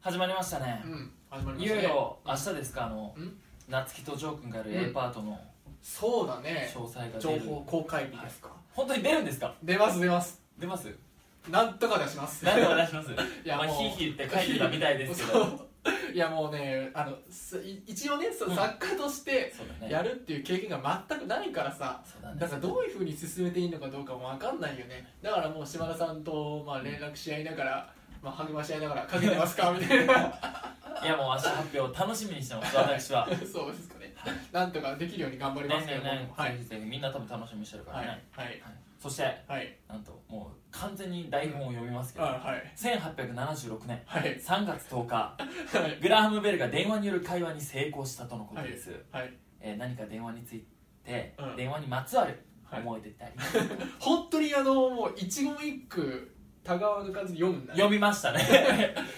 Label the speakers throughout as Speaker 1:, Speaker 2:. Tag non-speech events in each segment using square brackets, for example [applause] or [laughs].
Speaker 1: 始まりましたね
Speaker 2: う、ん始まりま
Speaker 1: い
Speaker 2: した
Speaker 1: よ
Speaker 2: ね
Speaker 1: いよ明日ですかあの
Speaker 2: うん
Speaker 1: 夏希とジョー君がやる A パートの
Speaker 2: そうだね
Speaker 1: 詳細が
Speaker 2: 情
Speaker 1: 出る、
Speaker 2: 報公開日ですか、
Speaker 1: 本当に出るんですか
Speaker 2: 出ます出ます
Speaker 1: 出
Speaker 2: [laughs]
Speaker 1: ます
Speaker 2: なんとか出します
Speaker 1: 何を出します
Speaker 2: [laughs]
Speaker 1: いや
Speaker 2: や
Speaker 1: まあ
Speaker 2: もう
Speaker 1: ヒーヒーって書いてたみたいですけ
Speaker 2: [laughs] そ
Speaker 1: ど
Speaker 2: ういやもうねあのすい一応ねそう
Speaker 1: うん
Speaker 2: 作家として
Speaker 1: そうだね
Speaker 2: やるっていう経験が全くないからさ
Speaker 1: そうだね
Speaker 2: だからどういうふうに進めていいのかどうかも分かんないよねだからもう島田さんとまあ連絡し合いながら、まあ、励まし合いながら「かけてますか?」みたいな
Speaker 1: いやもう明日発表楽しみにしてます私
Speaker 2: [laughs]
Speaker 1: は
Speaker 2: そうですかねなんとかできるように頑張りますけども、
Speaker 1: ね
Speaker 2: は
Speaker 1: ぜ
Speaker 2: い
Speaker 1: ひぜひみんな多分楽しみにしてるから
Speaker 2: は
Speaker 1: ね、
Speaker 2: い
Speaker 1: はい
Speaker 2: はい
Speaker 1: そして
Speaker 2: はい
Speaker 1: なんともう完全に台本を読みますけ
Speaker 2: あ
Speaker 1: ど、
Speaker 2: はい
Speaker 1: 1876年
Speaker 2: はい
Speaker 1: 3月10日
Speaker 2: はい
Speaker 1: グラハム・ベルが電話による会話に成功したとのこと
Speaker 2: はい
Speaker 1: です、
Speaker 2: はい
Speaker 1: えー何か電話について、
Speaker 2: うん
Speaker 1: 電話にまつわる
Speaker 2: はい
Speaker 1: 思い出ってありますか、
Speaker 2: 本当にあのもう一言一句たがわぬ感じで [laughs] 読むんだね
Speaker 1: 読みました [laughs] ね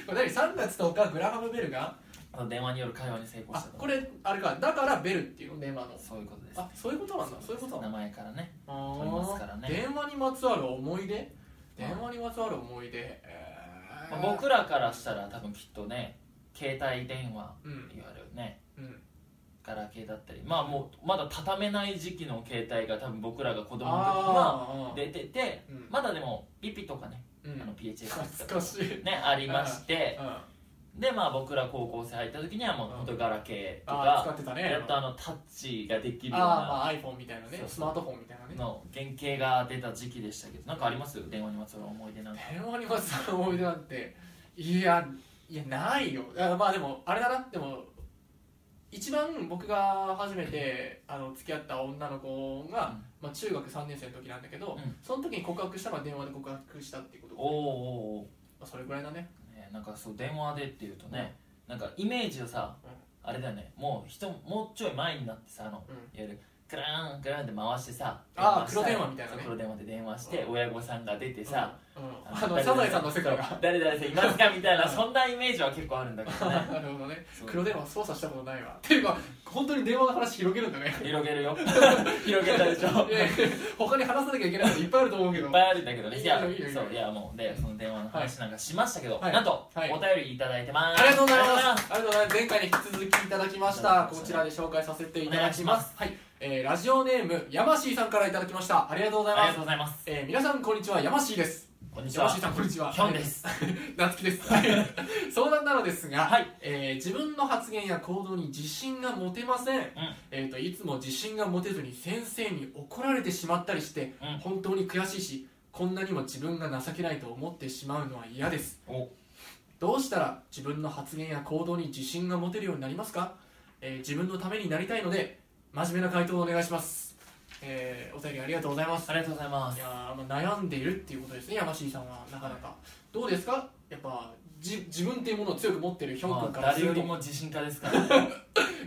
Speaker 2: これ何3月10日グラハムベルが
Speaker 1: あの電話による会話に成功し
Speaker 2: あ
Speaker 1: たと
Speaker 2: これあれかだからベルっていうの電話の
Speaker 1: そういうことです
Speaker 2: あそういうことなんだそういうことな
Speaker 1: 名
Speaker 2: んだ
Speaker 1: 前からね
Speaker 2: あ
Speaker 1: 取ります
Speaker 2: ー
Speaker 1: からね
Speaker 2: 電話にまつわる思い出
Speaker 1: はい
Speaker 2: 電話にまつわる思い出え
Speaker 1: ま
Speaker 2: ー
Speaker 1: あ僕らからしたら多分きっとね携帯電話
Speaker 2: うん
Speaker 1: いわゆるね
Speaker 2: うん
Speaker 1: ガラケーだったりまあもうまだ畳めない時期の携帯が多分僕らが子供の時は
Speaker 2: あー
Speaker 1: 出てて
Speaker 2: うん
Speaker 1: まだでもピピとかね、
Speaker 2: うん
Speaker 1: あの PHX と
Speaker 2: 懐
Speaker 1: か
Speaker 2: かしい
Speaker 1: ねありまして
Speaker 2: うん
Speaker 1: でまあ僕ら高校生入った時にはもう本当ガラケーと
Speaker 2: あー使
Speaker 1: か
Speaker 2: ってたね
Speaker 1: やっと
Speaker 2: あ
Speaker 1: あのタッチができるよ
Speaker 2: ー
Speaker 1: うな
Speaker 2: まあ iPhone みたいなね
Speaker 1: そうそう
Speaker 2: スマートフォンみたいなね
Speaker 1: の原型が出た時期でしたけどなんかあります電話にまつわる思い出なんか
Speaker 2: 電話にまつわる思い出なんていやいやないよあまあでもあれだなでも一番僕が初めてあの付き合った女の子
Speaker 1: う
Speaker 2: が、
Speaker 1: ん
Speaker 2: まあ、中学3年生の時なんだけど、
Speaker 1: うん
Speaker 2: その時に告白したのは電話で告白したっていうこと
Speaker 1: おーおーおー
Speaker 2: まあ、それぐらいだね
Speaker 1: ね、なんかそう電話でっていうとね、なんかイメージをさ、
Speaker 2: うん
Speaker 1: あれだよねもう人もうちょい前になってさあの、
Speaker 2: うん
Speaker 1: いわゆるクラーンクラーンって回してさ
Speaker 2: あー
Speaker 1: したら
Speaker 2: 黒電話みたいな
Speaker 1: そ
Speaker 2: ね
Speaker 1: う黒電話で電話して、親御さんが出てさ、、
Speaker 2: うんうんあのサザエさんの世界が
Speaker 1: 誰々さんいますかみたいな
Speaker 2: うん
Speaker 1: そんなイメージは結構あるんだけ
Speaker 2: [laughs]
Speaker 1: どね
Speaker 2: [laughs] なるほどね
Speaker 1: そう
Speaker 2: 黒電話操作したことないわっていうか本当に電話の話広げるんだね
Speaker 1: 広げるよ [laughs] 広げたでしょ
Speaker 2: いやいや他に話さなきゃいけないこといっぱいあると思うけ
Speaker 1: い
Speaker 2: ど
Speaker 1: っぱいあるんだけどね
Speaker 2: いい
Speaker 1: い
Speaker 2: よ
Speaker 1: や
Speaker 2: いいよいいよ
Speaker 1: そういやもうでその電話の話なんかしましたけど、
Speaker 2: はい
Speaker 1: なんと、
Speaker 2: はい
Speaker 1: お便りいただいてます
Speaker 2: ありがとうござい
Speaker 1: ありが
Speaker 2: ま
Speaker 1: と
Speaker 2: す。ありがとうございます。前回に引き続きいただきました。こちらで紹介させていただきます。はい、えーラジオネームヤマシーさんからいただきました。ありがとうござ
Speaker 1: あ
Speaker 2: い
Speaker 1: り
Speaker 2: ま
Speaker 1: が
Speaker 2: す
Speaker 1: とう。ございます
Speaker 2: えー皆さんこんにちはヤマシーです。
Speaker 1: こんにち
Speaker 2: ヤマ
Speaker 1: は
Speaker 2: シーさんこんにちは。
Speaker 1: ヒョン
Speaker 2: [laughs]
Speaker 1: です。
Speaker 2: なつきです。はい [laughs] 相談なのですが、
Speaker 1: はい
Speaker 2: えー自分の発言や行動に自信が持てません。えーといつも自信が持てずに先生に怒られてしまったりして、
Speaker 1: うん
Speaker 2: 本当に悔しいし、こんなにも自分が情けないと思ってしまうのは嫌です。
Speaker 1: お
Speaker 2: どうしたら自分の発言や行動に自信が持てるようになりますか、えー自分のためになりたいので真面目な回答をお願いします、えーお便りありがとうございます
Speaker 1: ありがとうございます
Speaker 2: いやー、まあ、悩んでいるっていうことですね山椎さんはなかなか、どうですかやっぱじ自分っていうものを強く持ってるヒョン
Speaker 1: ま
Speaker 2: 君
Speaker 1: あ
Speaker 2: からす
Speaker 1: 誰よ
Speaker 2: る
Speaker 1: り
Speaker 2: と
Speaker 1: も自信家ですから、
Speaker 2: [laughs]
Speaker 1: ね、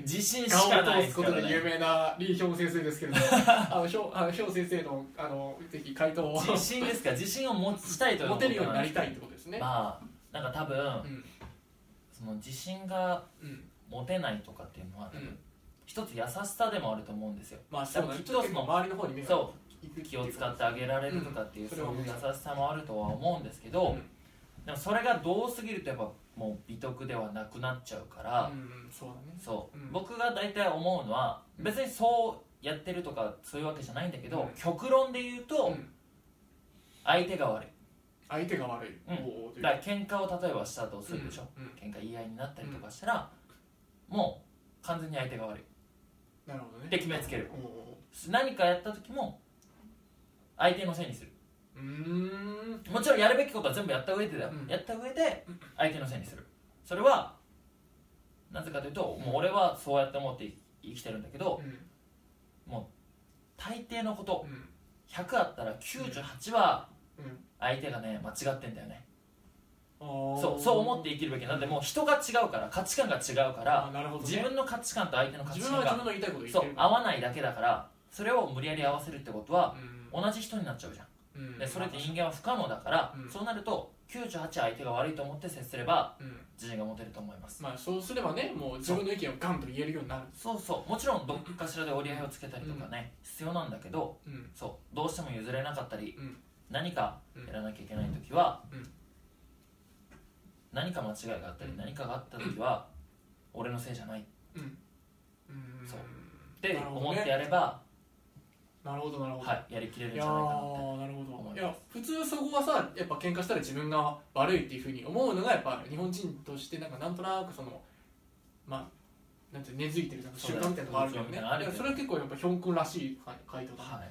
Speaker 1: 自信し
Speaker 2: 顔
Speaker 1: かな
Speaker 2: を
Speaker 1: いで
Speaker 2: 通
Speaker 1: すすか
Speaker 2: こと
Speaker 1: ら、
Speaker 2: で有
Speaker 1: ね、
Speaker 2: 名なリー・ヒョン先生ですけれ [laughs] どもあのヒョンあのヒョン先生のあのぜひ回答を
Speaker 1: 自信ですか自信を持ちたいという
Speaker 2: 持てるようになり
Speaker 1: い
Speaker 2: たいってことですね、
Speaker 1: まあなんか多分
Speaker 2: うん
Speaker 1: その自信が
Speaker 2: うん
Speaker 1: 持てないとかっていうのは、
Speaker 2: うん
Speaker 1: 一つ優しさでもあると思うんですよ
Speaker 2: まあそうだね
Speaker 1: きっ
Speaker 2: ち
Speaker 1: と
Speaker 2: ょっと
Speaker 1: その
Speaker 2: 周りの方に目が
Speaker 1: そ
Speaker 2: 行く
Speaker 1: う
Speaker 2: て
Speaker 1: 気
Speaker 2: いう
Speaker 1: を
Speaker 2: こと
Speaker 1: 使ってあげられるとかっていう、
Speaker 2: うんそれ
Speaker 1: そ
Speaker 2: は
Speaker 1: ういう
Speaker 2: 思い
Speaker 1: 優
Speaker 2: ます
Speaker 1: しさもあるとは思うんですけど、
Speaker 2: うん
Speaker 1: でもそれがどうすぎるとやっぱもう美徳ではなくなっちゃうから、
Speaker 2: うんうん、そうだね
Speaker 1: そう、
Speaker 2: うん
Speaker 1: 僕が大体思うのは
Speaker 2: うん
Speaker 1: 別にそうやってるとかそういうわけじゃないんだけど、
Speaker 2: うん
Speaker 1: 極論で言うと、
Speaker 2: うん
Speaker 1: 相手が悪い
Speaker 2: 相手が悪い、
Speaker 1: うん
Speaker 2: おおという
Speaker 1: だから喧嘩を例えばしたとするでしょ、
Speaker 2: うんうん
Speaker 1: 喧嘩言い合いになったりとかしたら、もう完全に相手が悪い
Speaker 2: なるほどね
Speaker 1: って決めつける
Speaker 2: おお
Speaker 1: 何かやった時も相手のせいにする
Speaker 2: うーん
Speaker 1: もちろんやるべきことは全部やった上でだよ、
Speaker 2: うん
Speaker 1: やった上で相手のせいにするそれはなぜかというともう俺はそうやって思って生きてるんだけど
Speaker 2: うん
Speaker 1: 大抵のこと
Speaker 2: うん
Speaker 1: 100あったら98は
Speaker 2: うん
Speaker 1: 相手がね間違ってんだよね
Speaker 2: そ
Speaker 1: そうそう思って生きるべきなんでもう人が違うから価値観が違うから
Speaker 2: あなるほど、ね、
Speaker 1: 自分の価値観と相手の価値
Speaker 2: 自
Speaker 1: 観
Speaker 2: 分は自
Speaker 1: が
Speaker 2: 分の言いたいこと言っ
Speaker 1: そ
Speaker 2: て
Speaker 1: う
Speaker 2: る
Speaker 1: 合わないだけだからそれを無理やり合わせるってことは
Speaker 2: うん
Speaker 1: 同じ人になっちゃうじゃん
Speaker 2: うん
Speaker 1: でそれって人間は不可能だから
Speaker 2: うん
Speaker 1: そうなると98相手が悪いと思って接すれば
Speaker 2: うん
Speaker 1: 自信が持てると思います
Speaker 2: まあそうすればねもう自分の意見をガンと言えるようになる
Speaker 1: そうそうもちろんどっかしらで折り合いをつけたりとかね必要なんだけど
Speaker 2: うん
Speaker 1: そうどうしても譲れなかったり
Speaker 2: うん
Speaker 1: 何かやらなきゃいけない時は
Speaker 2: うん
Speaker 1: 何か間違いがあったり何かがあった時は俺のせいじゃないっ
Speaker 2: うん
Speaker 1: そうて
Speaker 2: なるほどね
Speaker 1: 思ってやれば、
Speaker 2: なるほどなるほど、
Speaker 1: はい、やりきれるん
Speaker 2: い
Speaker 1: じ
Speaker 2: や
Speaker 1: ゃないかなって
Speaker 2: ーなる
Speaker 1: 思い
Speaker 2: ほ
Speaker 1: ます
Speaker 2: どいや普通そこはさやっぱ喧嘩したら自分が悪いっていうふうに思うのがやっぱ日本人としてなんかなんとなくそのまあなんていうの根付いてるなんか習慣みたいなのがあるよ
Speaker 1: そう
Speaker 2: ね
Speaker 1: だよね
Speaker 2: いやそれは結構やっぱヒョン君らしい回答だね、
Speaker 1: はい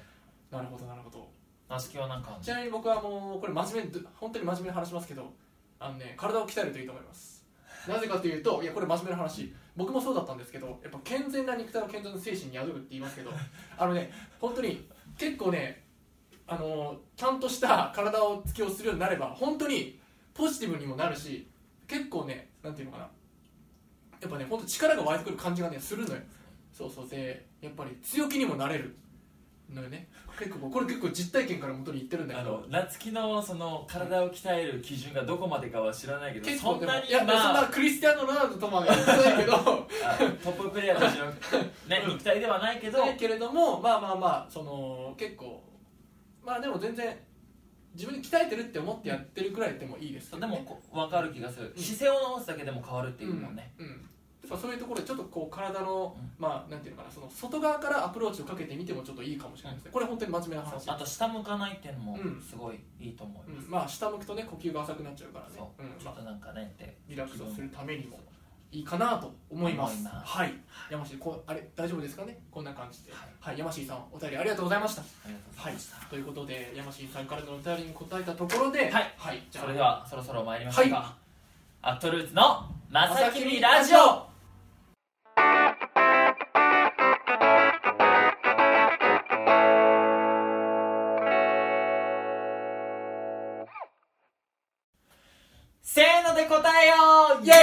Speaker 2: なるほどなるほど
Speaker 1: ナスキはなんかあんの
Speaker 2: ちなみに僕はもうこれ真面目に本当に真面目に話しますけどあのね体を鍛えるといいと思いますなぜかというといやこれ真面目な話僕もそうだったんですけどやっぱ健全な肉体は健全な精神に宿るって言いま
Speaker 1: [laughs]
Speaker 2: すけどあのね本当に結構ねあのちゃんとした体をつきをするようになれば本当にポジティブにもなるし結構ねなんていうのかなやっぱね本当力が湧いてくる感じがねするのよそうそうでやっぱり強気にもなれるのよね結構これ結構実体験から元に言ってるんだ
Speaker 1: あ
Speaker 2: けど
Speaker 1: の夏希のその体を鍛える基準がどこまでかは知らないけど
Speaker 2: 結
Speaker 1: そ
Speaker 2: 構
Speaker 1: ん
Speaker 2: でも
Speaker 1: なに
Speaker 2: いや、
Speaker 1: まあ
Speaker 2: そんなクリスティアーノ・ロナウドとまでは言ってないけど
Speaker 1: あトッププレイヤーとしての、ね、
Speaker 2: [laughs] うん
Speaker 1: 肉体ではないけど、
Speaker 2: ないけれどもまあまあまあその結構まあでも全然自分に鍛えてるって思ってやってるくらいでもいいですけ
Speaker 1: そう
Speaker 2: ど
Speaker 1: で
Speaker 2: ね
Speaker 1: もこう分かる気がする、
Speaker 2: うん
Speaker 1: 姿勢を直すだけでも変わるっていうもんね、
Speaker 2: うんうんやっぱそういうところでちょっとこう体の、
Speaker 1: うん
Speaker 2: まあなんていうのかなその外側からアプローチをかけてみてもちょっといいかもしれないですね、これ本当に真面目な話
Speaker 1: そうあと下向かないっていうのも
Speaker 2: うん
Speaker 1: すごいいいと思います、
Speaker 2: うんまあ下向くとね呼吸が浅くなっちゃうからね
Speaker 1: そ
Speaker 2: うん
Speaker 1: ちょ
Speaker 2: ま
Speaker 1: っ
Speaker 2: あ、
Speaker 1: となんかねって
Speaker 2: リラックスをするためにもいいかなと思います
Speaker 1: 思います
Speaker 2: はい山下こうあれ大丈夫ですかねこんな感じで、
Speaker 1: は
Speaker 2: はいい山下さんお便りありがとうございました
Speaker 1: ありがとうご
Speaker 2: は
Speaker 1: ざ
Speaker 2: い
Speaker 1: いました、
Speaker 2: ということで山下さんからのお便りに答えたところで
Speaker 1: は、
Speaker 2: はいじゃあ
Speaker 1: それではそろそろ参りましょうか、アットルーツの「まさきみラジ
Speaker 2: まさきみ
Speaker 1: オ」せーので答えようイ
Speaker 2: イエ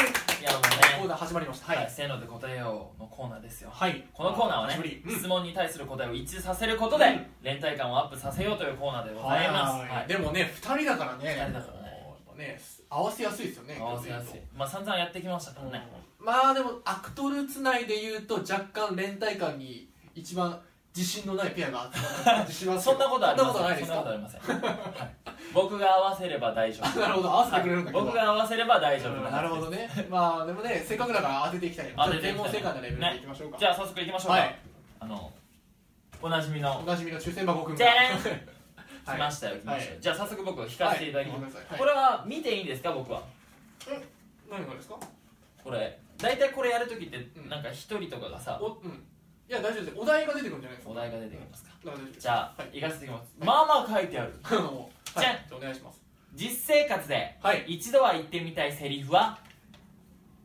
Speaker 1: ーイいやも
Speaker 2: ーイ
Speaker 1: う
Speaker 2: コー
Speaker 1: ね、
Speaker 2: ナー始まりましたは
Speaker 1: はいいせーので答えようのコーナーですよ
Speaker 2: はい
Speaker 1: このコーナーは
Speaker 2: 久しぶ
Speaker 1: ね
Speaker 2: り、うん
Speaker 1: 質問に対する答えを一致させることで、
Speaker 2: うん
Speaker 1: 連帯感をアップさせようというコーナーでございます、
Speaker 2: はい
Speaker 1: はい
Speaker 2: でもね2人だからね
Speaker 1: 二人だからね
Speaker 2: やっぱね合わせやすいですよね
Speaker 1: 合わせやすいまあ散々やってきましたからね、
Speaker 2: まあでもアクトルつないで言うと若干連帯感に一番自信のないペアがあった自信は
Speaker 1: そんなことあり
Speaker 2: そんな
Speaker 1: ま
Speaker 2: こ
Speaker 1: せ
Speaker 2: と
Speaker 1: ん
Speaker 2: ないです
Speaker 1: そんなことありま
Speaker 2: か
Speaker 1: せん、はい僕が合わせれば大丈夫
Speaker 2: なるほど合わせてくれるんだけど
Speaker 1: 僕が合わせれば大丈夫んです
Speaker 2: なるほどねまあでもねせっかくだから当てていきたい
Speaker 1: 当てていきたい
Speaker 2: 全問正解のレベルでいきましょうか
Speaker 1: じゃあ早速いきましょうか、
Speaker 2: はい
Speaker 1: あのおなじみ
Speaker 2: お
Speaker 1: の
Speaker 2: なじみの抽選箱くん
Speaker 1: じ
Speaker 2: が
Speaker 1: ゃーん
Speaker 2: はい
Speaker 1: 来ましたよ来ましたよ、じゃあ早速僕引かせていただきます、
Speaker 2: はいごめんなさいはい
Speaker 1: これは見ていいんですか僕は
Speaker 2: 何がですか
Speaker 1: これ大体これやるときって
Speaker 2: うん
Speaker 1: なんか一人とかがさ、
Speaker 2: おうんいや大丈夫ですお題が出てくるんじゃないですか
Speaker 1: お題が出てきますか
Speaker 2: だから大丈夫です
Speaker 1: じゃあ、
Speaker 2: はい
Speaker 1: い、かせていきますまあまあ書いてある
Speaker 2: あのはい
Speaker 1: じ
Speaker 2: じ
Speaker 1: ゃ
Speaker 2: ゃ
Speaker 1: ん
Speaker 2: あお願いします
Speaker 1: 実生活で
Speaker 2: はい
Speaker 1: 一度は言ってみたいセリフは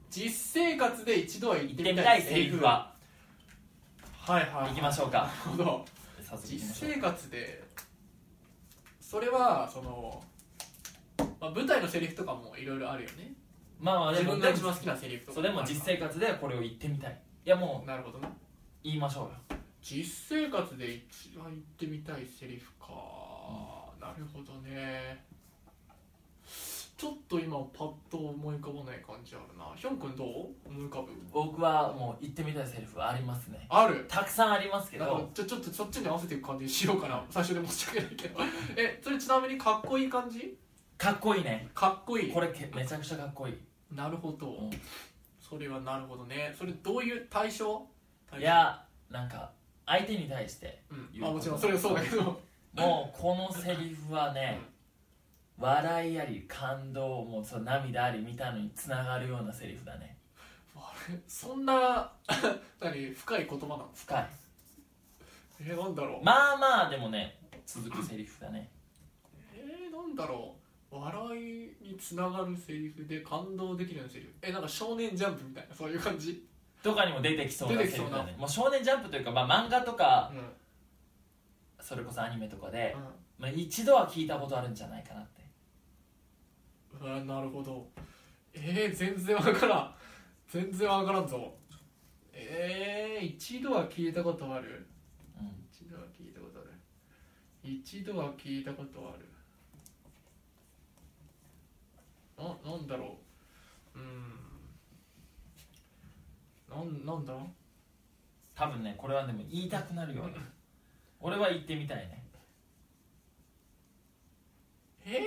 Speaker 2: 実生活で一度は言っ
Speaker 1: 言っててみ
Speaker 2: み
Speaker 1: た
Speaker 2: た
Speaker 1: い
Speaker 2: い
Speaker 1: セリフは
Speaker 2: はいはいはい
Speaker 1: きましょうか
Speaker 2: なるほど
Speaker 1: 早速いきましょ
Speaker 2: 実
Speaker 1: う
Speaker 2: 生活でそれはその、まあ、舞台のセリフとかもいろいろあるよね
Speaker 1: まあまあで
Speaker 2: 自
Speaker 1: も
Speaker 2: 分が一番好きなセリフとか
Speaker 1: そうでも実生活でこれを言ってみたいいやもう
Speaker 2: なるほどね
Speaker 1: 言いましょうよ
Speaker 2: 実生活で一番言ってみたいセリフか、なるほどねちょっと今パッと思い浮かばない感じあるなヒョン君どう思い浮かぶ
Speaker 1: 僕はもう言ってみたいセリフはありますね
Speaker 2: ある
Speaker 1: たくさんありますけ
Speaker 2: なんか
Speaker 1: ど
Speaker 2: ちょちょっとそっちに合わせていく感じにしようかな最初で申し訳ないけどえそれちなみにかっこいい感じ
Speaker 1: かっこいいね
Speaker 2: かっこいい
Speaker 1: これけめちゃくちゃかっこいい
Speaker 2: なるほど、
Speaker 1: うん
Speaker 2: それはなるほどねそれどういう対象
Speaker 1: いやなんか相手に対して
Speaker 2: うん、まあもちろんそれはそうだけど
Speaker 1: もうこのセリフはね笑いあり感動もそう涙ありみたいのにつながるようなセリフだね
Speaker 2: あれそんな [laughs] 何深い言葉なの
Speaker 1: 深い
Speaker 2: えー、なんだろう
Speaker 1: まあまあでもね続くセリフだね
Speaker 2: えー、なんだろう笑いにつながるセリフで感動できるようなセリフえなんか少年ジャンプみたいなそういう感じ、
Speaker 1: とかにも出てきそうなセ
Speaker 2: 出
Speaker 1: リ
Speaker 2: てきそう
Speaker 1: フ
Speaker 2: な
Speaker 1: だねもう少年ジャンプというか、まあ、漫画とか
Speaker 2: うん
Speaker 1: それこそアニメとかで、まあ、一度は聞いたことあるんじゃないかなって
Speaker 2: うん、あなるほどえー、全然わからん全然わからんぞえー、一度は聞いたことある
Speaker 1: うん
Speaker 2: 一度は聞いたことある一度は聞いたことあるななんだろううーんなんなんだ
Speaker 1: 多分ねこれはでも言いたくなるよ [laughs] ね俺は言ってみたいね
Speaker 2: え